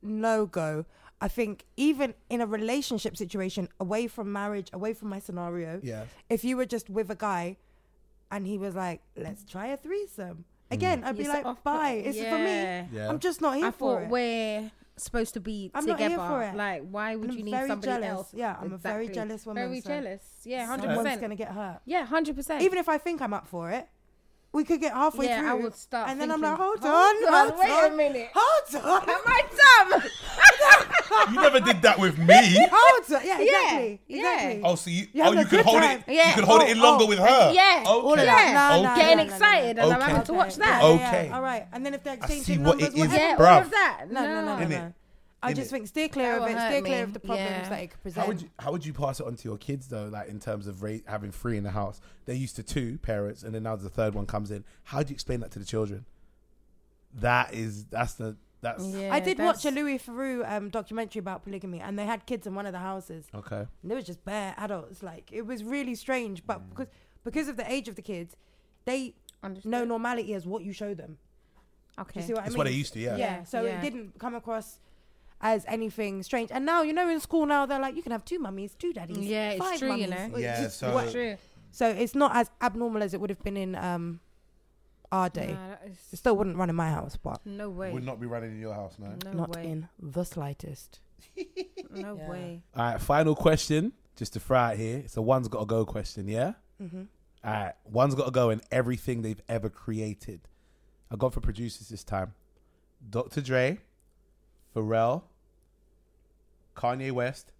E: no go. I think even in a relationship situation, away from marriage, away from my scenario,
C: Yeah.
E: if you were just with a guy and he was like, let's try a threesome. Again, I'd be
D: It's
E: like,
D: off-
E: bye. It's for
D: Yeah.
E: me.
C: Mm. Yeah.
E: I'm just not here
D: I
E: for
D: thought
E: it.
D: we're supposed to be
E: I'm not here
D: together.
E: for it.
D: Like, why would
E: And
D: you
E: I'm
D: need
E: very
D: somebody
E: jealous.
D: else?
E: Yeah, I'm a very jealous woman,
D: Very
E: so-
D: jealous. Yeah, hundred
E: Someone's
D: percent.
E: gonna get hurt.
D: Yeah, hundred percent.
E: Even if I think I'm up for it, we could get halfway
D: Yeah,
E: through.
D: I would start
E: And then I'm
D: thinking,
E: like, hold,
D: "Hold
E: on,
D: on,
E: hold
D: wait a
E: on,
D: minute."
E: Hold on.
D: my dumb.
C: You never did that with me.
E: Hold on. Oh, Yeah,
D: Yeah,
E: exactly.
D: yeah.
E: Exactly.
C: Oh, so you,
E: You're
C: oh,
E: having
C: you
E: a
C: could
E: good
C: hold
E: time.
C: it. You
D: Yeah.
C: could hold it
E: Oh,
C: in longer
E: oh.
C: with her.
D: Yeah,
C: Okay.
D: all of
E: that.
D: Yeah,
E: No, no,
D: getting
E: no, no, no,
D: excited, and I'm
C: Okay.
D: having to watch that.
C: Oh,
E: Yeah,
C: Okay.
E: all right. And then if they're
C: I see
E: exchanging
C: what
E: numbers,
C: it is.
E: whatever.
D: Yeah, all
C: Bruv.
D: of that.
E: No, no, no, no,
C: Innit?
E: no. I just
C: Innit?
E: think steer clear
D: That
E: of
D: will
E: it.
D: hurt
E: Steer clear
D: me.
E: of the problems
D: Yeah.
E: that it could present.
C: How would you how would you pass it on to your kids though? Like in terms of rate, having three in the house, they're used to two parents, and then now the third one comes in. How do you explain that to the children? That is that's the that's
E: I did watch a Louis Theroux um, documentary about polygamy, and they had kids in one of the houses.
C: okay.
E: And they were just bare adults. Like it was really strange,
C: Mm.
E: but because because of the age of the kids, they know normality as what you show them. Do
D: Okay.
E: you see what
C: That's
E: I mean?
C: what they used to. Yeah.
E: yeah. So
D: Yeah.
E: it didn't come across as anything strange. And now you know in school now they're like you can have two mummies, two daddies,
D: Yeah, it's
E: five
D: true, you
E: mummies.
D: know.
E: It's
C: Yeah,
E: just
C: so-
E: what-
D: True.
E: so it's not as abnormal as it would have been in um, our day.
D: Nah, that
E: It
D: is
E: still wouldn't run in my house, but
D: no way.
C: Would not be running in your house, no.
D: No
E: not
D: way.
E: in the slightest.
D: No
E: Yeah.
D: way.
C: All right, final question, just to fry it here. It's a one's got to go question, yeah.
E: Mhm.
C: All right, one's got to go in everything they've ever created. I've gone for producers this time: Dr. Dre, Pharrell, Kanye West,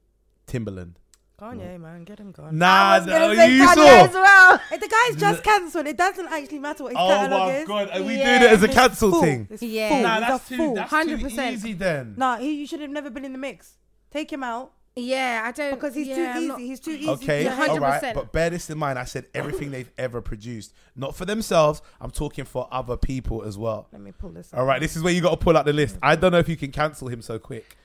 C: Timberland.
E: Kanye, man, get him gone.
C: Nah,
E: was
C: no,
E: gonna say
C: you
E: Kanye
C: saw.
E: as well. If the guy's just cancelled, it doesn't actually matter what his
C: Oh
E: catalog
C: my
E: is.
C: god, are we
E: Yeah.
C: doing it as a
E: It's
C: cancel
E: fool.
C: thing?
E: It's
F: Yeah.
E: fool.
C: Nah,
E: He's
C: that's
E: a
C: too
E: fool.
C: that's too
D: 100%.
C: easy then.
E: Nah, he, you should have never been in the mix. Take him out
D: Yeah, I don't
E: because Oh, he's
D: yeah,
E: too
D: I'm
E: easy.
D: not-
E: He's too easy.
C: Okay,
E: Yeah,
C: all right,
D: 100%.
C: but bear this in mind. I said everything they've ever produced, not for themselves. I'm talking for other people as well.
E: Let me pull this. Up.
C: All right, this is where you got to pull out the list. I don't know if you can cancel him so quick.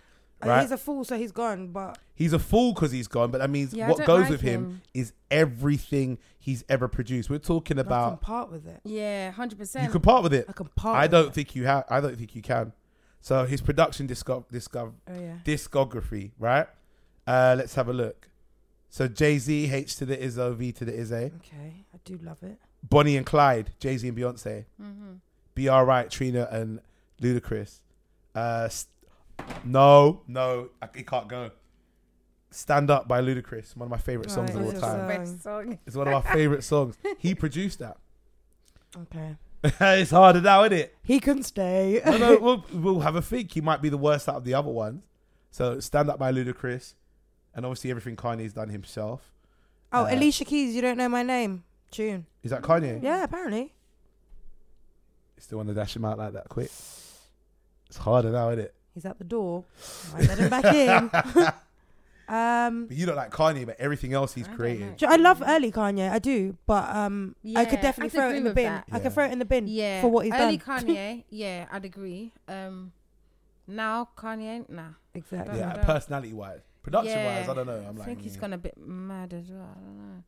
E: Uh,
C: Right,
E: He's a fool, so he's gone. But
C: he's a fool because he's gone, but that means
D: Yeah, I
C: what
D: don't
C: goes
D: like
C: with him,
D: him.
C: is everything he's ever produced. We're talking
E: I can
C: about
E: part with it.
D: Yeah, hundred
C: you
D: percent.
C: can part with it.
E: I can part.
C: I
E: with
C: don't
E: It.
C: think you have. I don't think you can. So his production disco- disco-
E: Oh yeah.
C: discography, right? Uh, let's have a look. So Jay Z, H to the Izzo, V to the Izze,
E: Okay, I do love it.
C: Bonnie and Clyde, Jay Z and Beyonce,
E: Mm-hmm.
C: Be Alright, Trina and Ludacris. Uh, st- no, no, I, it can't go. Stand Up by Ludacris, one of my favorite songs
E: Right,
C: of all
E: it's
C: time.
E: a-
D: Best song.
C: It's one of my favorite songs. He produced that.
E: Okay.
C: it's harder now, isn't it?
E: He can stay.
C: No, no, we'll, we'll have a think. He might be the worst out of the other ones. So Stand Up by Ludacris, and obviously everything Kanye's done himself.
E: Oh,
C: Uh,
E: Alicia Keys, you don't know my name. Tune.
C: Is that Kanye?
E: Yeah, apparently.
C: Still want to dash him out like that quick. It's harder now, isn't it?
E: He's at the door. I let him back in. um,
C: But you don't like Kanye, but everything else he's
D: I don't
C: created.
D: know.
E: j- I love early Kanye. I do, but um, I could
D: Yeah,
E: definitely
D: I'd
E: throw it
D: agree
E: in the
D: with
E: bin.
D: that.
E: I
C: Yeah.
E: could throw it in the bin.
D: Yeah,
E: for what he's
D: early
E: done.
D: Kanye. Yeah, I'd agree. Um, now Kanye, nah.
E: Exactly.
C: Yeah,
D: I don't-
C: personality wise, production wise,
D: Yeah.
C: I don't know. I'm
D: I
C: like,
D: think he's
C: mm.
D: gone a bit mad as well. I don't know.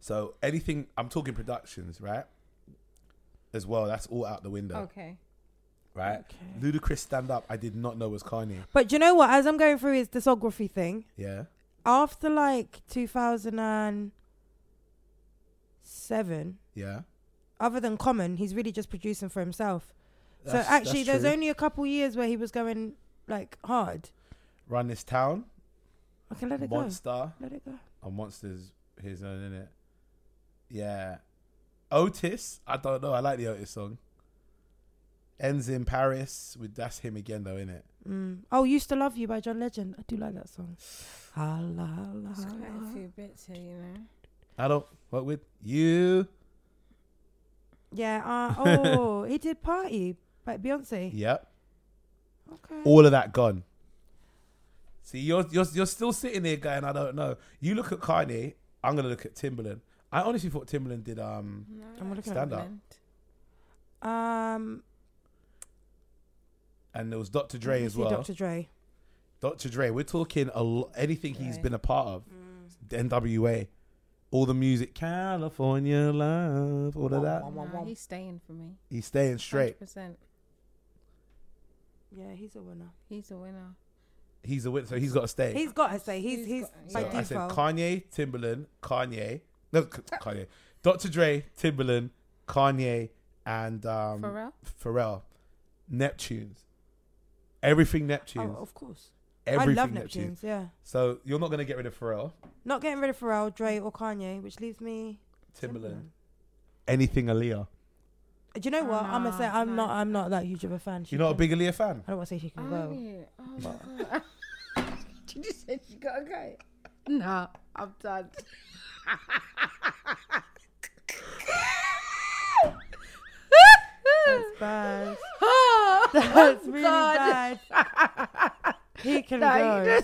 C: so anything. I'm talking productions, right? As well, that's all out the window,
D: Okay.
C: right? Ludacris stand up. I did not know was Kanye.
E: But do you know what? As I'm going through his discography thing,
C: Yeah,
E: after like 2007,
C: yeah.
E: other than Common, he's really just producing for himself.
C: That's-
E: so actually,
C: that's
E: there's
C: true.
E: only a couple years where he was going like hard.
C: Run This Town,
E: I can let it
C: Monster,
E: go. Let it go.
C: and Monster's his own, in it? Yeah. Otis, I don't know. I like the Otis song. Ends in Paris with that's him again though, isn't it?
E: Mm. Oh, used to love you by John Legend. I do like that song. Holla, holla,
D: It's quite
E: holla.
D: a few bits here, you know.
C: I don't work with you.
E: Yeah. Uh, oh, he did party like Beyonce.
C: Yep.
E: Okay.
C: All of that gone. See, you're you're you're still sitting there going, I don't know. You look at Kanye. I'm gonna look at Timberland. I honestly thought Timberland did um
D: No,
E: I'm looking
C: Stand Up.
E: Um,
C: and there was Dr.
E: let
C: Dre
E: me
C: as
E: see
C: well.
E: Mm, Dr. Dre.
C: Dr. Dre. We're talking a lo- anything he's
D: Right.
C: been a part of. The
E: Mm.
C: NWA, all the music, California love, all of
E: Oh,
C: that.
D: Nah, he's staying for me.
C: He's staying straight.
D: 100%.
E: Yeah, he's a winner.
D: He's a winner.
C: He's a win, so he's got to stay.
E: He's got to say he's
D: He's
E: he's
D: got-
E: by
C: so I said
E: default.
C: Kanye, Timberland, Kanye, no K- Kanye, Dr. Dre, Timberland, Kanye, and um,
D: Pharrell?
C: Pharrell, Neptunes. Everything Neptunes.
E: oh, of course.
C: Everything
E: I love
C: Neptunes.
E: Neptunes. Yeah.
C: So you're not gonna get rid of Pharrell,
E: Not getting rid of Pharrell, Dre, or Kanye, which leaves me.
C: Timberland, anything Aaliyah.
E: Do you know what? I'm gonna say
D: Ah,
E: I'm
D: no.
E: not. I'm not that huge of a fan. She
C: You're not a big
E: can-
C: Aaliyah fan.
E: I don't want to say she can
D: Aren't
E: go.
D: you? Oh my god. Did you say she got a guy? Nah, I'm done.
E: That's bad.
D: Oh,
E: That's really
D: God.
E: bad. He can
D: Nah,
E: go.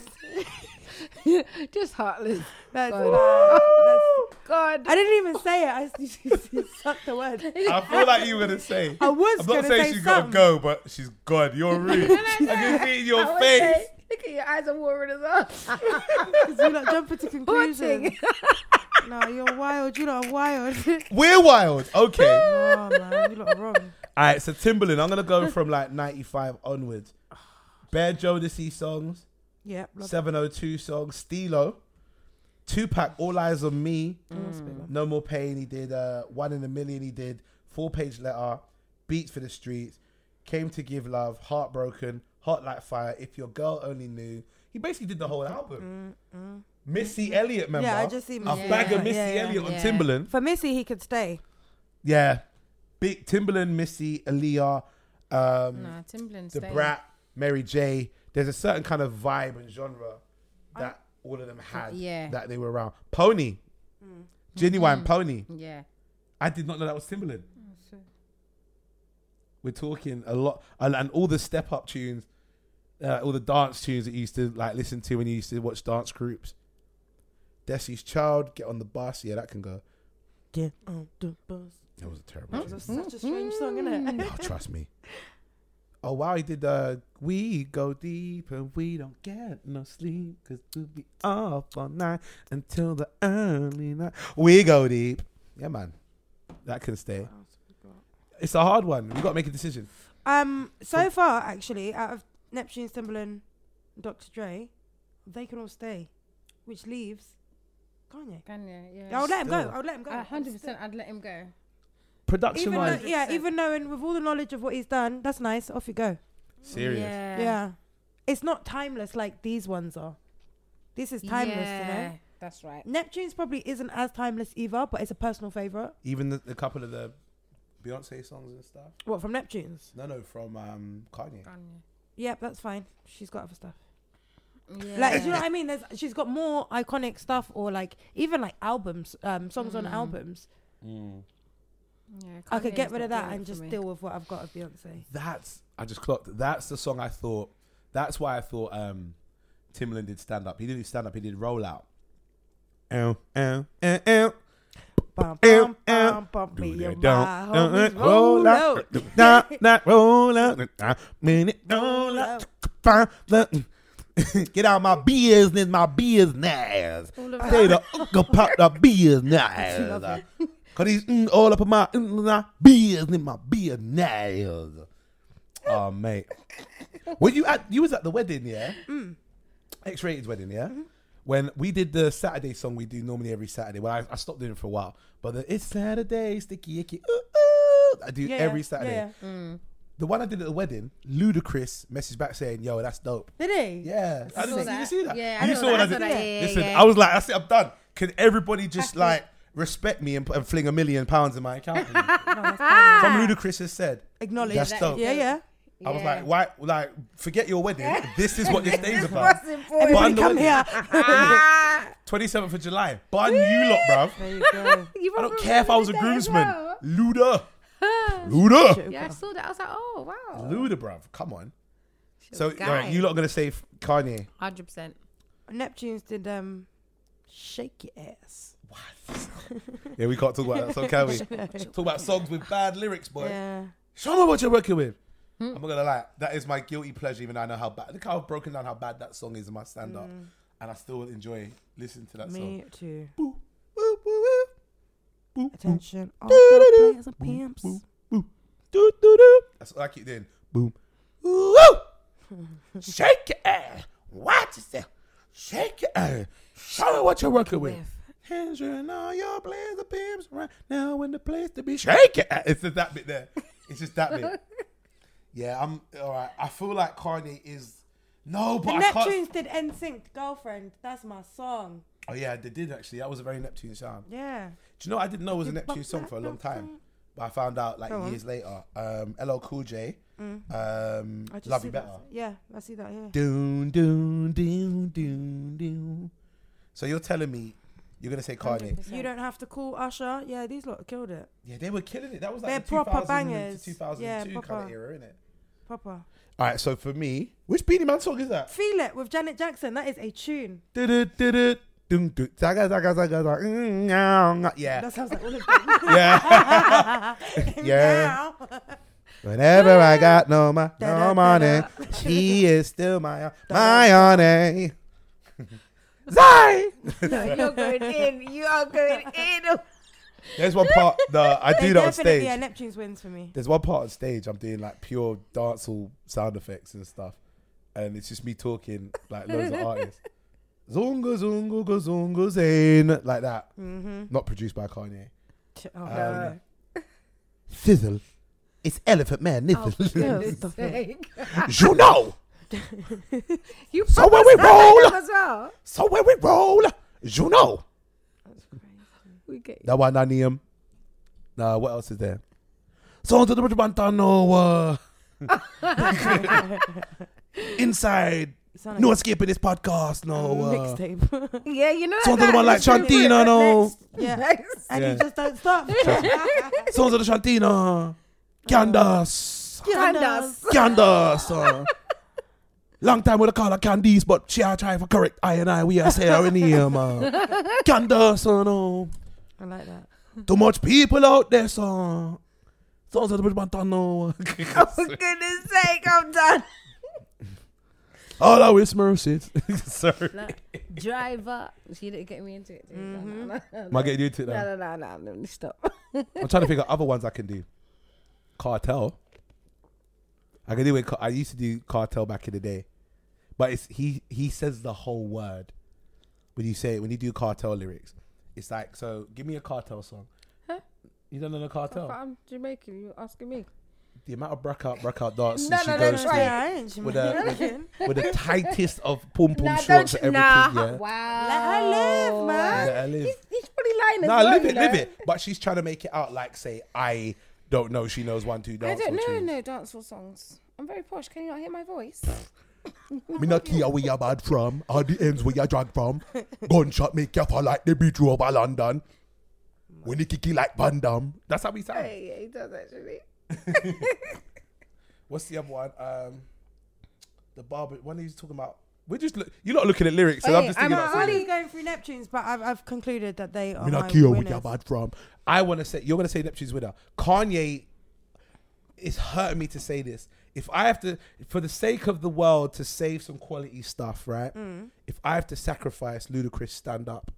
D: you just, just heartless.
E: That's
D: God.
E: bad. That's-
D: God.
E: I didn't even say it. I s- you sucked the word.
C: I feel like you were gonna say.
E: I was
C: I'm
E: gonna
C: not saying
E: say
C: she's
E: something.
C: gotta go, but she's gone. You're rude. I can see it in your
D: I would
C: face.
D: say, Look at your eyes are warming as well.
E: 'Cause you're not jumping to conclusions. no, you're wild. You're not wild.
C: We're wild. Okay.
E: no, man, you're not wrong.
C: All right, so Timberland, I'm gonna go from like 95 onwards. Bear Jodeci songs,
E: Yep. love
C: 702 songs, Stilo, Tupac, All Eyes on Me,
E: that. What's the big one?
C: No More Pain. He did uh, One in a Million. He did Four Page Letter, Beats for the Streets, Came to Give Love, Heartbroken, Hot Like Fire. If Your Girl Only Knew. He basically did the whole album. Missy Elliott, remember?
E: Yeah, I just see.
C: a
E: Missy.
C: bag of
E: Yeah,
C: Missy
E: yeah.
C: Elliott on
D: yeah.
C: Timberland.
E: For Missy, he could stay.
C: Yeah, big Timberland, Missy, Aaliyah, um,
D: nah, Timberland's
C: the
D: staying.
C: Brat, Mary J. There's a certain kind of vibe and genre that all of them had
F: Yeah.
C: that they were around. Pony,
E: Mm.
C: genuine pony.
F: Yeah.
C: I did not know that was Timbaland.
E: Oh,
C: We're talking a lot, and, and all the step up tunes, uh, all the dance tunes that you used to like listen to when you used to watch dance groups. Desi's Child, Get on the Bus. Yeah, that can go.
E: Get on the bus.
C: That was a terrible.
E: That
C: tune.
E: was such a strange song, innit?
C: Oh, trust me. Oh wow, he did. Uh, we go deep and we don't get no sleep because we'll be up all night until the early night. We go deep. Yeah, man, that can stay. It's a hard one. We got to make a decision.
E: Um, so far, actually, out of Neptune, Timbaland, Dr. Dre, they can all stay, which leaves Kanye.
F: Kanye, yeah.
E: I would let him go.
C: Still.
E: I would let him go.
F: hundred percent. I'd let him go.
C: Production
E: Even though,
C: wise,
E: yeah,
F: 100%.
E: even knowing with all the knowledge of what he's done, that's nice. Off you go.
C: serious.
E: Yeah. It's not timeless like these ones are. This is timeless, you know? Mm.
F: That's right.
E: Neptune's probably isn't as timeless either, but it's a personal favourite.
C: Even the, the couple of the Beyonce songs and stuff.
E: What, from Neptune's?
C: No, no, from um, Kanye.
F: Kanye.
E: Yep, that's fine. She's got other stuff.
F: Yeah.
E: Like, do you know what I mean? There's, she's got more iconic stuff, or like even like albums, um, songs on albums.
F: Yeah,
E: I could
F: Kanye's
E: get rid
F: not
E: of that
F: doing it
E: and
F: for
E: just
F: me.
E: deal with what I've got of Beyonce.
C: That's I just clocked. That's the song I thought. That's why I thought um, Timbaland did stand up. He didn't stand up. He did roll out. Ow, ow, ow, ow.
E: Bum,
C: Ew,
E: bum,
C: ew.
E: bum, bum,
C: Do
E: be
C: that,
E: your
C: don't,
E: my homies,
C: don't, uh, roll out.
E: out.
C: Nah, nah, roll out. Nah, minute, roll out. Get out my business, my business. Say the uncle pop the business. Cause he's mm, all up in my, mm, my business, my business. Oh mate, were you at? You was at the wedding, yeah?
D: Mm.
C: X-rated wedding, yeah.
D: Mm-hmm.
C: When we did the Saturday song, we do normally every Saturday. Well, I, I stopped doing it for a while, but the it's Saturday, sticky icky, ooh, ooh, I do
E: Yeah,
C: every
E: yeah,
C: Saturday.
E: yeah.
C: The one I did at the wedding, Ludacris messaged back saying, "Yo, that's dope."
E: Did he?
C: Yeah, I didn't
D: saw
C: see,
D: that.
C: you see that.
D: Yeah, I
C: you
D: saw
C: saw what
D: that,
C: I
D: I saw
C: did.
D: that, yeah,
C: Listen,
D: yeah.
C: I was like, that's it, I'm done. Can everybody just like respect me and, put- and fling a million pounds in my account? please? Some Ludacris has said.
E: Acknowledge.
C: That's dope.
E: Yeah, yeah.
C: I was
F: Yeah.
C: like, why? Like, forget your wedding. This is what this day's about.
E: Everybody
C: Bun the
E: come
C: wedding.
E: here.
C: Twenty seventh of July. Bun you lot, bruv.
E: there you go.
D: You
C: I don't
D: probably
C: care if I was a
D: did that as
C: groomsman.
D: well.
C: Luda. Luda.
D: Yeah, I saw that. I was like, oh wow.
C: Luda, bruv. Come on.
D: She's
C: So,
D: a guy.
C: all right, you lot gonna say Kanye?
D: Hundred percent.
E: Neptune's did um, shake your ass.
C: Yeah, we can't talk about that song, can we? talk about songs with bad lyrics, boy.
E: Yeah.
C: Show me what you're working with. I'm not gonna lie, that is my guilty pleasure. Even though I know how bad. Look how I've broken down how bad that song is in my stand up, and I still enjoy listening to that song.
E: Me too.
C: Boo, boo, boo, boo. Boo, boo,
E: Attention, all the players and pimps.
C: Boom, boom, do, do, do. That's what I keep doing. Boom. Woo! Shake your ass. Watch yourself. Shake your ass. Show me what you're working with. Hands on all your players and pimps right now in the place to be. Shake your ass. It's just that bit there. It's just that bit. Yeah, I'm all right. I feel like Kanye is no, but
E: The
C: I can't.
E: Neptunes did NSYNC girlfriend. That's my song.
C: Oh yeah, they did actually. That was a very Neptune sound.
E: Yeah.
C: Do you know I didn't know it was a Neptune song for a long time, but I found out like
E: Go on.
C: years later. Um, LL Cool J, um,
E: I just
C: Love
E: see
C: You
E: that.
C: Better.
E: Yeah, I see that here.
C: Doon doon doon doon doon. So you're telling me you're gonna say Kanye?
E: You don't have to call Usher. Yeah, these lot killed it.
C: Yeah, they were killing it. That was like
E: They're
C: the
E: proper
C: 2000
E: bangers.
C: to 2002
E: Yeah,
C: kind
E: proper.
C: of era, innit?
E: Proper.
C: All right, so for me, which Beanie Man song is that?
E: Feel it with Janet Jackson. That is a tune.
C: Du-du, du-du, dun, du, zaga, zaga, zaga, zaga, mm, meow, meow. Yeah,
E: That sounds like all of them.
C: yeah. Yeah.
E: Now.
C: Whenever I got no, mo-
E: Da-da,
C: no money,
E: da-da.
C: she is still my my honey. Zai.
D: You're going in. You are going in.
C: There's one part that I
E: They
C: do that on
E: definitely-
C: stage.
E: Yeah, Neptune's wins for me.
C: there's one part on stage I'm doing like pure dancehall sound effects and stuff, and it's just me talking like loads of artists. Zunga zunga go zunga zane like that. Not produced by Kanye.
E: T- Oh,
C: Um, Thizzle, it's Elephant Man.
E: no.
C: Thizzle,
E: Yeah, stop it.
C: you know.
D: You
C: So when we roll,
D: as well.
C: so when we roll, you know.
D: We get
C: That one I need him. Nah, what else is there? Songs of the Bridge Bantano. Uh, inside
E: You sound
C: No
E: like
C: one's skipping this podcast.
E: a
C: No. Uh,
E: mixtape.
D: Yeah, you know.
C: Someone's on the one like Shantina. No.
E: yeah,
D: Next.
E: and
C: Yeah.
E: you just don't stop.
C: Someone's on the Shantina. Candace.
D: Candace.
C: Candace. uh. Long time we don't call her Candice, but she are trying for correct I and I. We are say her in here, man. Candace, uh, no.
E: I like that.
C: Too much people out there, son. Sounds like the bridge banter, no.
D: Oh, for goodness sake, I'm done.
C: All our ways mercies. Sorry.
D: Driver. She didn't get me into it. Dude. No,
E: Mm-hmm.
D: no, no, no.
C: Am I getting you to that?
D: No, no, no, no, no, no, stop.
C: I'm trying to figure out other ones I can do. Cartel. I can do it. I used to do cartel back in the day, but it's he he says the whole word when you say it when you do cartel lyrics. It's like so. Give me a cartel song.
D: Huh?
C: You don't know the
D: But
C: cartel?
D: I'm Jamaican. You asking me?
C: The amount of breakout breakout dances
D: No,
C: she
D: no, no,
C: goes
D: no,
C: to
D: right.
E: Yeah, I ain't
C: with, a,
E: Jamaican.
C: with, with the tightest of pom pom
D: Nah,
C: shorts
D: don't
C: and
D: you-
C: everything.
D: nah.
C: Yeah.
D: Wow.
E: Let her live, man.
C: Let her live.
D: He's, he's probably lying. as
C: Nah,
D: well,
C: live
D: you
C: it,
D: know.
C: live it. But she's trying to make it out like say I don't know. She knows one two
D: I
C: dance.
D: don't
C: or
D: know
C: tunes.
D: no dancehall songs. I'm very posh. Can you not hear my voice?
C: Me not care where you bad from, or the ends where you drag from. Gunshot make you fall like the beat road over London. When you kick it like Van Damme. That's how we sound.
D: yeah, yeah, he does actually.
C: What's the other one? Um, the barber. When he's talking about, we're just look, you're not looking at lyrics. So I'm
D: Wait,
C: just thinking.
D: I'm
C: about
D: not-
C: songs.
E: Really going through Neptune's, but I've, I've concluded that they are
C: Me
E: my
C: not care where
E: winners.
C: you bad from. I want to say you're gonna say Neptune's winner. Kanye. It's hurting me to say this. If I have to, for the sake of the world, to save some quality stuff, right?
E: Mm.
D: Hmm.
C: If I have to sacrifice ludicrous stand up,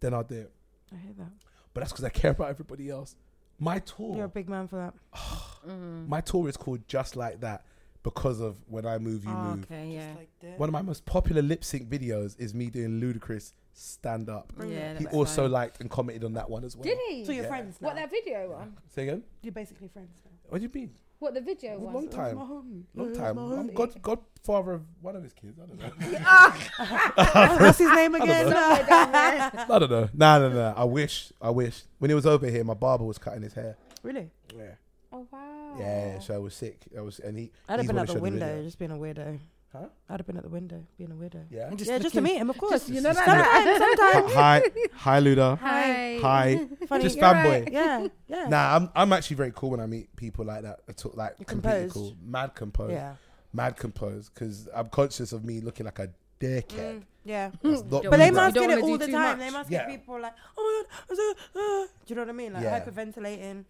C: then I'll do it.
E: I hear that.
C: but that's because I care about everybody else. My tour,
E: You're a big man for that.
C: my tour is called Just Like That because of when I move, you move.
F: okay, yeah.
C: One of my most popular lip sync videos is me doing ludicrous stand up.
F: Yeah,
C: He
F: that's
C: also
F: fine.
C: liked and commented on that one as well.
D: Did he?
E: So you're
C: Yeah.
E: friends now.
D: What that video one?
C: Say again.
E: you're basically friends now.
C: What do you mean?
D: What the video
C: Long
D: was?
C: time,
E: Mm, My
C: long
E: homie.
C: time. I'm god, godfather of one of his kids. I don't know.
E: What's his name again? Uh,
C: I don't know. Nah, nah, nah. I wish. I wish. When he was over here, my barber was cutting his hair.
E: really?
C: Yeah.
D: Oh wow.
C: Yeah. So I was sick. I was, and he.
E: I'd have
C: he's
E: been
C: one
E: at
C: who showed
E: the
C: me
E: window,
C: video.
E: just being a weirdo.
C: Huh?
E: I'd have been at the window, being a weirdo.
C: Yeah.
E: yeah, just to meet him, of course.
D: You know that.
E: sometimes, sometimes.
C: Hi, hi, Luda.
D: Hi.
C: Hi.
E: Funny.
C: Just
E: you're right.
C: fanboy.
E: Yeah, yeah.
C: Nah, I'm I'm actually very cool when I meet people like that. I talk like
E: You're
C: completely
E: composed.
C: cool, mad composed,
E: Yeah.
C: mad composed, because I'm conscious of me looking like a dickhead.
E: Yeah.
C: That's not
D: But
E: Mm. But
C: me,
E: they
D: Mm, You
C: bro.
E: must
D: don't
E: get it
D: wanna do
E: all the
D: too
E: time.
D: much.
E: They must
C: Yeah.
E: get people like, oh my god, I'm so, uh," do you know what I mean? Like
C: Yeah.
E: hyperventilating,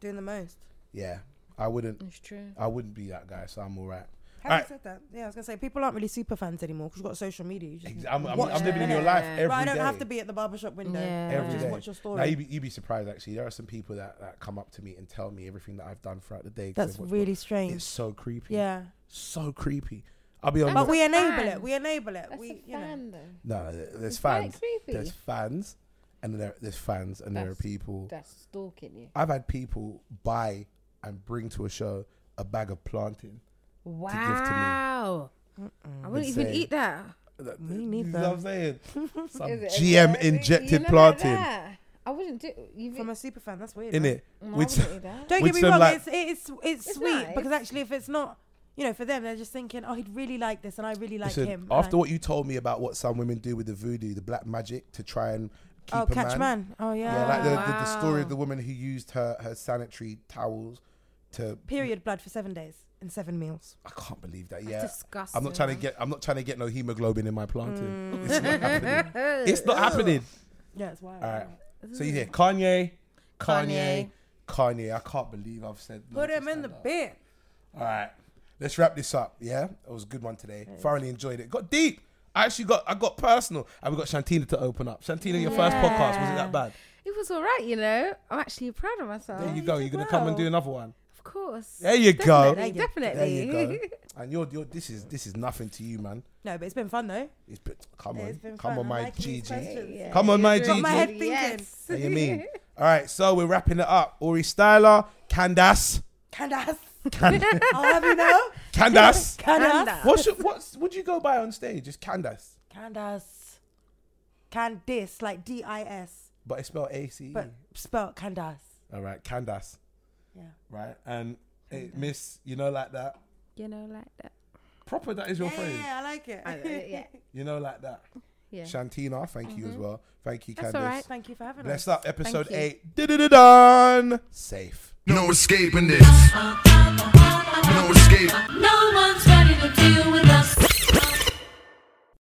E: doing the most.
C: Yeah, I wouldn't.
D: It's true.
C: I wouldn't be that guy, so I'm all right.
E: Having
C: Alright.
E: said that, yeah, I was gonna say people aren't really super fans anymore because you've got social media. You just
C: Ex- I'm, I'm,
E: watch
C: I'm living in your
E: it.
C: life
D: Yeah.
C: every day.
E: But I don't have to be at the barbershop window.
F: Yeah.
C: Every
E: just
C: day.
E: watch your story.
C: Now, you'd be, you'd be surprised actually. There are some people that, that come up to me and tell me everything that I've done throughout the day. 'cause
E: That's
C: they've watched
E: really
C: my-
E: strange.
C: It's so creepy.
E: yeah,
C: So creepy. I'll be honest.
E: but we
D: a
E: enable
D: fan.
E: it. We enable it.
D: That's
E: we,
D: a
E: you know,
D: fan though.
C: No, th- there's
D: It's quite
C: fans.
D: creepy.
C: There's fans, and there there's fans, and there are
D: That's-
C: people.
D: That's stalking you.
C: I've had people buy and bring to a show a bag of planting.
D: Wow. I wouldn't even
C: Insane.
D: eat that.
E: Me
C: You know what I'm
E: neither.
C: saying? Some
D: Is it
C: GM
D: expensive?
C: injected
D: You know like
C: planting
D: that. I wouldn't do. You
E: From a super fan, that's weird.
C: in
E: man.
C: it.
D: No, I
C: With
D: wouldn't
C: some-
D: do that.
E: Don't
C: with
E: get me
C: some,
E: wrong.
C: like-
E: it's, it's it's
D: It's
E: sweet
D: nice.
E: because actually, if it's not, you know, for them, they're just thinking, oh, he'd really like this, and I really like
C: Listen,
E: him. and
C: after
E: I,
C: what you told me about what some women do with the voodoo, the black magic to try and keep
E: oh,
C: a
E: catch man. Oh yeah.
C: Yeah, like the, the, the story
D: Wow.
C: of the woman who used her her sanitary towels to.
E: period blood for seven days and seven meals.
C: I can't believe that. Yeah,
D: That's disgusting.
C: I'm not trying to get. I'm not trying to get no hemoglobin in my planting. It's not happening. It's not happening.
E: Yeah, it's wild.
C: All right. So you hear Kanye, Kanye,
D: Kanye.
C: Kanye. I can't believe I've said.
E: Put
C: loads of
E: him in the
C: stand-up.
E: bin.
C: All right. Let's wrap this up. Yeah, it was a good one today. Thoroughly enjoyed it. Got deep. I actually got. I got personal, and we got Shantina to open up. Shantina, your first podcast was it that bad?
D: It was all right, you know. I'm actually proud of myself.
C: There you go. You're gonna come and do another one.
D: Of course.
C: There you go.
D: Definitely,
C: There you go.
D: definitely.
C: And you're, you're. This is this is nothing to you, man.
E: No, but it's been fun though.
C: It's been- come
E: It's
C: on,
E: been
C: come
E: fun.
C: on,
E: I'm
C: my
E: liking these
C: Gigi.
E: questions. Yeah.
C: Come on, my
D: Got
C: Gigi.
E: my head thinking.
D: Yes.
C: What do you mean? All right, so we're wrapping it up. Ori Styler, Candace,
E: Candace,
C: Can-
E: I'll have you know.
C: Candace.
E: Candace.
C: What's your, what's would you go by on stage? It's Candace,
E: Candace. Candice, like D I S,
C: but it's spelled A C E.
E: but spelled Candace.
C: All right, Candace.
E: Yeah.
C: Right, and eh, Miss, you know, like that.
D: You know, like that.
C: Proper, that is your friend.
E: Yeah, I like it.
D: I- yeah.
C: You know, like that.
D: Yeah.
C: Shantina, thank you as
E: Mm-hmm.
C: well. Thank you,
D: That's
C: Candace.
D: alright.
E: Thank you for having us.
C: Bless up, episode
D: Thank you.
C: eight. Dun-dun-dun-dun. Safe.
B: No escaping this. No escape.
A: No